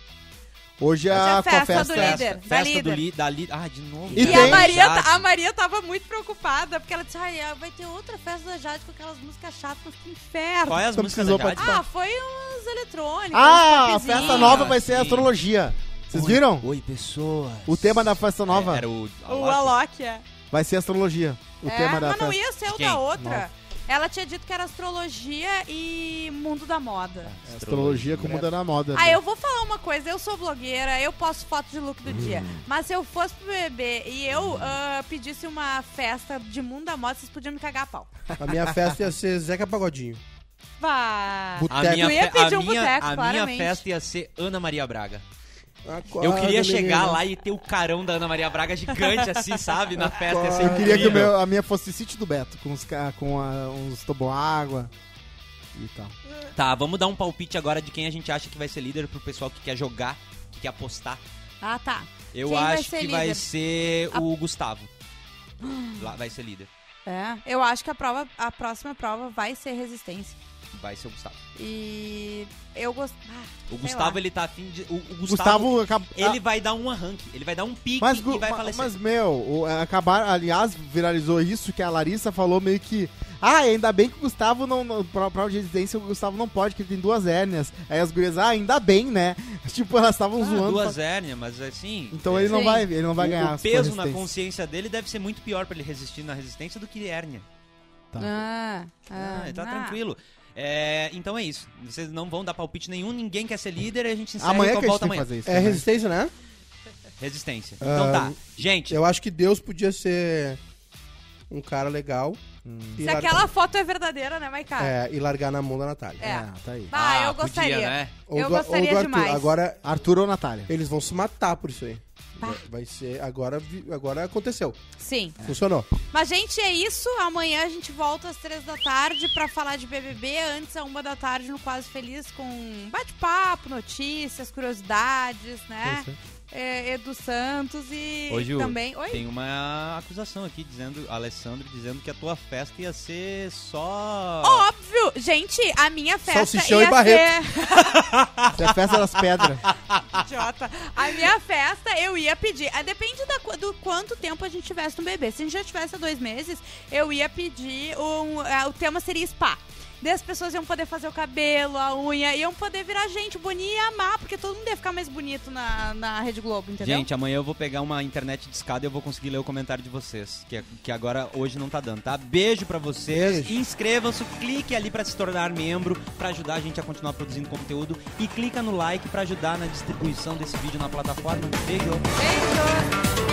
Hoje é a festa festa. do líder, da Festa do líder. li- da líder. Ah, de novo. E, a, Maria, a Maria tava muito preocupada, porque ela disse, ai, ah, vai ter outra festa da Jade com aquelas músicas chatas, que inferno. Qual é as Só músicas Então precisou da Jade? Ah, foi uns eletrônicos, Ah, uns a festa popzinhos. nova vai ser Sim. astrologia. Vocês viram? Oi, pessoas. É, O tema da festa nova Era o O Alok, é. vai ser astrologia. O é, tema da mas festa. não ia ser o da outra. Nossa, Ela tinha dito que era astrologia e mundo da moda. astrologia com muda na moda. né? Ah, eu vou falar uma coisa, eu sou blogueira, eu posto foto de look do dia. Mas se eu fosse pro bebê e eu ah, pedisse uma festa de mundo da moda, vocês podiam me cagar a pau. A minha festa ia ser Zeca Pagodinho. Vá. A Boteco. minha, Tu ia fe- pedir a um minha- boteco, a minha claramente. festa ia ser Ana Maria Braga. Acorda, Eu queria chegar menina. lá e ter o carão da Ana Maria Braga gigante, (laughs) assim, sabe? Na festa. ia ser Eu queria que o incrível. meu- a minha fosse sítio do Beto, com, os, ca- com a- uns toboágua e tal. Tá, vamos dar um palpite agora de quem a gente acha que vai ser líder pro pessoal que quer jogar, que quer apostar. Ah, tá. Eu Quem vai acho ser que vai líder? ser (gasps) o Gustavo. Lá vai ser líder. É, eu acho que a prova, a próxima prova vai ser resistência. Vai ser o Gustavo. E eu gosto. ah, O sei Gustavo, lá. ele tá afim de. O, o Gustavo. Gustavo acaba- Ele vai dar um arranque, ele vai dar um pique Mas, e Gu- vai ma- falecer. mas, meu, o- acabar, aliás, viralizou isso que a Larissa falou meio que. Ah, ainda bem que o Gustavo não. não- Pra, pra residência, o Gustavo não pode, que ele tem duas hérnias. Aí as gurias, ah, ainda bem, né? (laughs) Tipo, elas estavam Ah, zoando. duas pra- hérnias, mas assim. Então ele não Sim. vai- ele não vai O- ganhar O as peso na resistências. consciência dele deve ser muito pior pra ele resistir na resistência do que hérnia. Ah, Ah, tá ah. tranquilo. É, então é isso. Vocês não vão dar palpite nenhum, ninguém quer ser líder, a gente encerra Amanhã e que a gente volta tem que amanhã. fazer isso, É resistência, né? Resistência. Então Ah, tá. Gente, Eu acho que Deus podia ser um cara legal. Hum. Se aquela foto é verdadeira, né, Maicá? É, e largar na mão da Natália. É. É, tá aí. Ah, eu gostaria. né? Eu gostaria demais. Agora, Arthur ou Natália? Eles vão se matar por isso aí. Vai- Vai ser. Agora, vi- agora aconteceu. Sim. Funcionou. Mas, gente, é isso. Amanhã a gente volta às três da tarde pra falar de BBB. Antes, à uma da tarde, no Quase Feliz, com bate-papo, notícias, curiosidades, né? É, Edu Santos e Hoje também... Oi? tem uma acusação aqui dizendo, Alessandro dizendo que a tua festa ia ser só Óbvio! Gente, a minha festa Salsichão ia e Barreto. ser... Isso é a festa das pedras. idiota. A minha festa, eu ia pedir. Ah, Depende da qu- do quanto tempo a gente tivesse no bebê. Se a gente já tivesse há dois meses, eu ia pedir um. ah, o tema seria spa. Daí as pessoas iam poder fazer o cabelo, a unha, iam poder virar gente bonita e amar, porque todo mundo ia ficar mais bonito na, na Rede Globo, entendeu? Gente, amanhã eu vou pegar uma internet de escada e eu vou conseguir ler o comentário de vocês, que, é- que agora hoje não tá dando, tá? Beijo pra vocês, inscrevam-se, clique ali pra se tornar membro, pra ajudar a gente a continuar produzindo conteúdo e clica no like pra ajudar na distribuição desse vídeo na plataforma. Beijo! Beijo!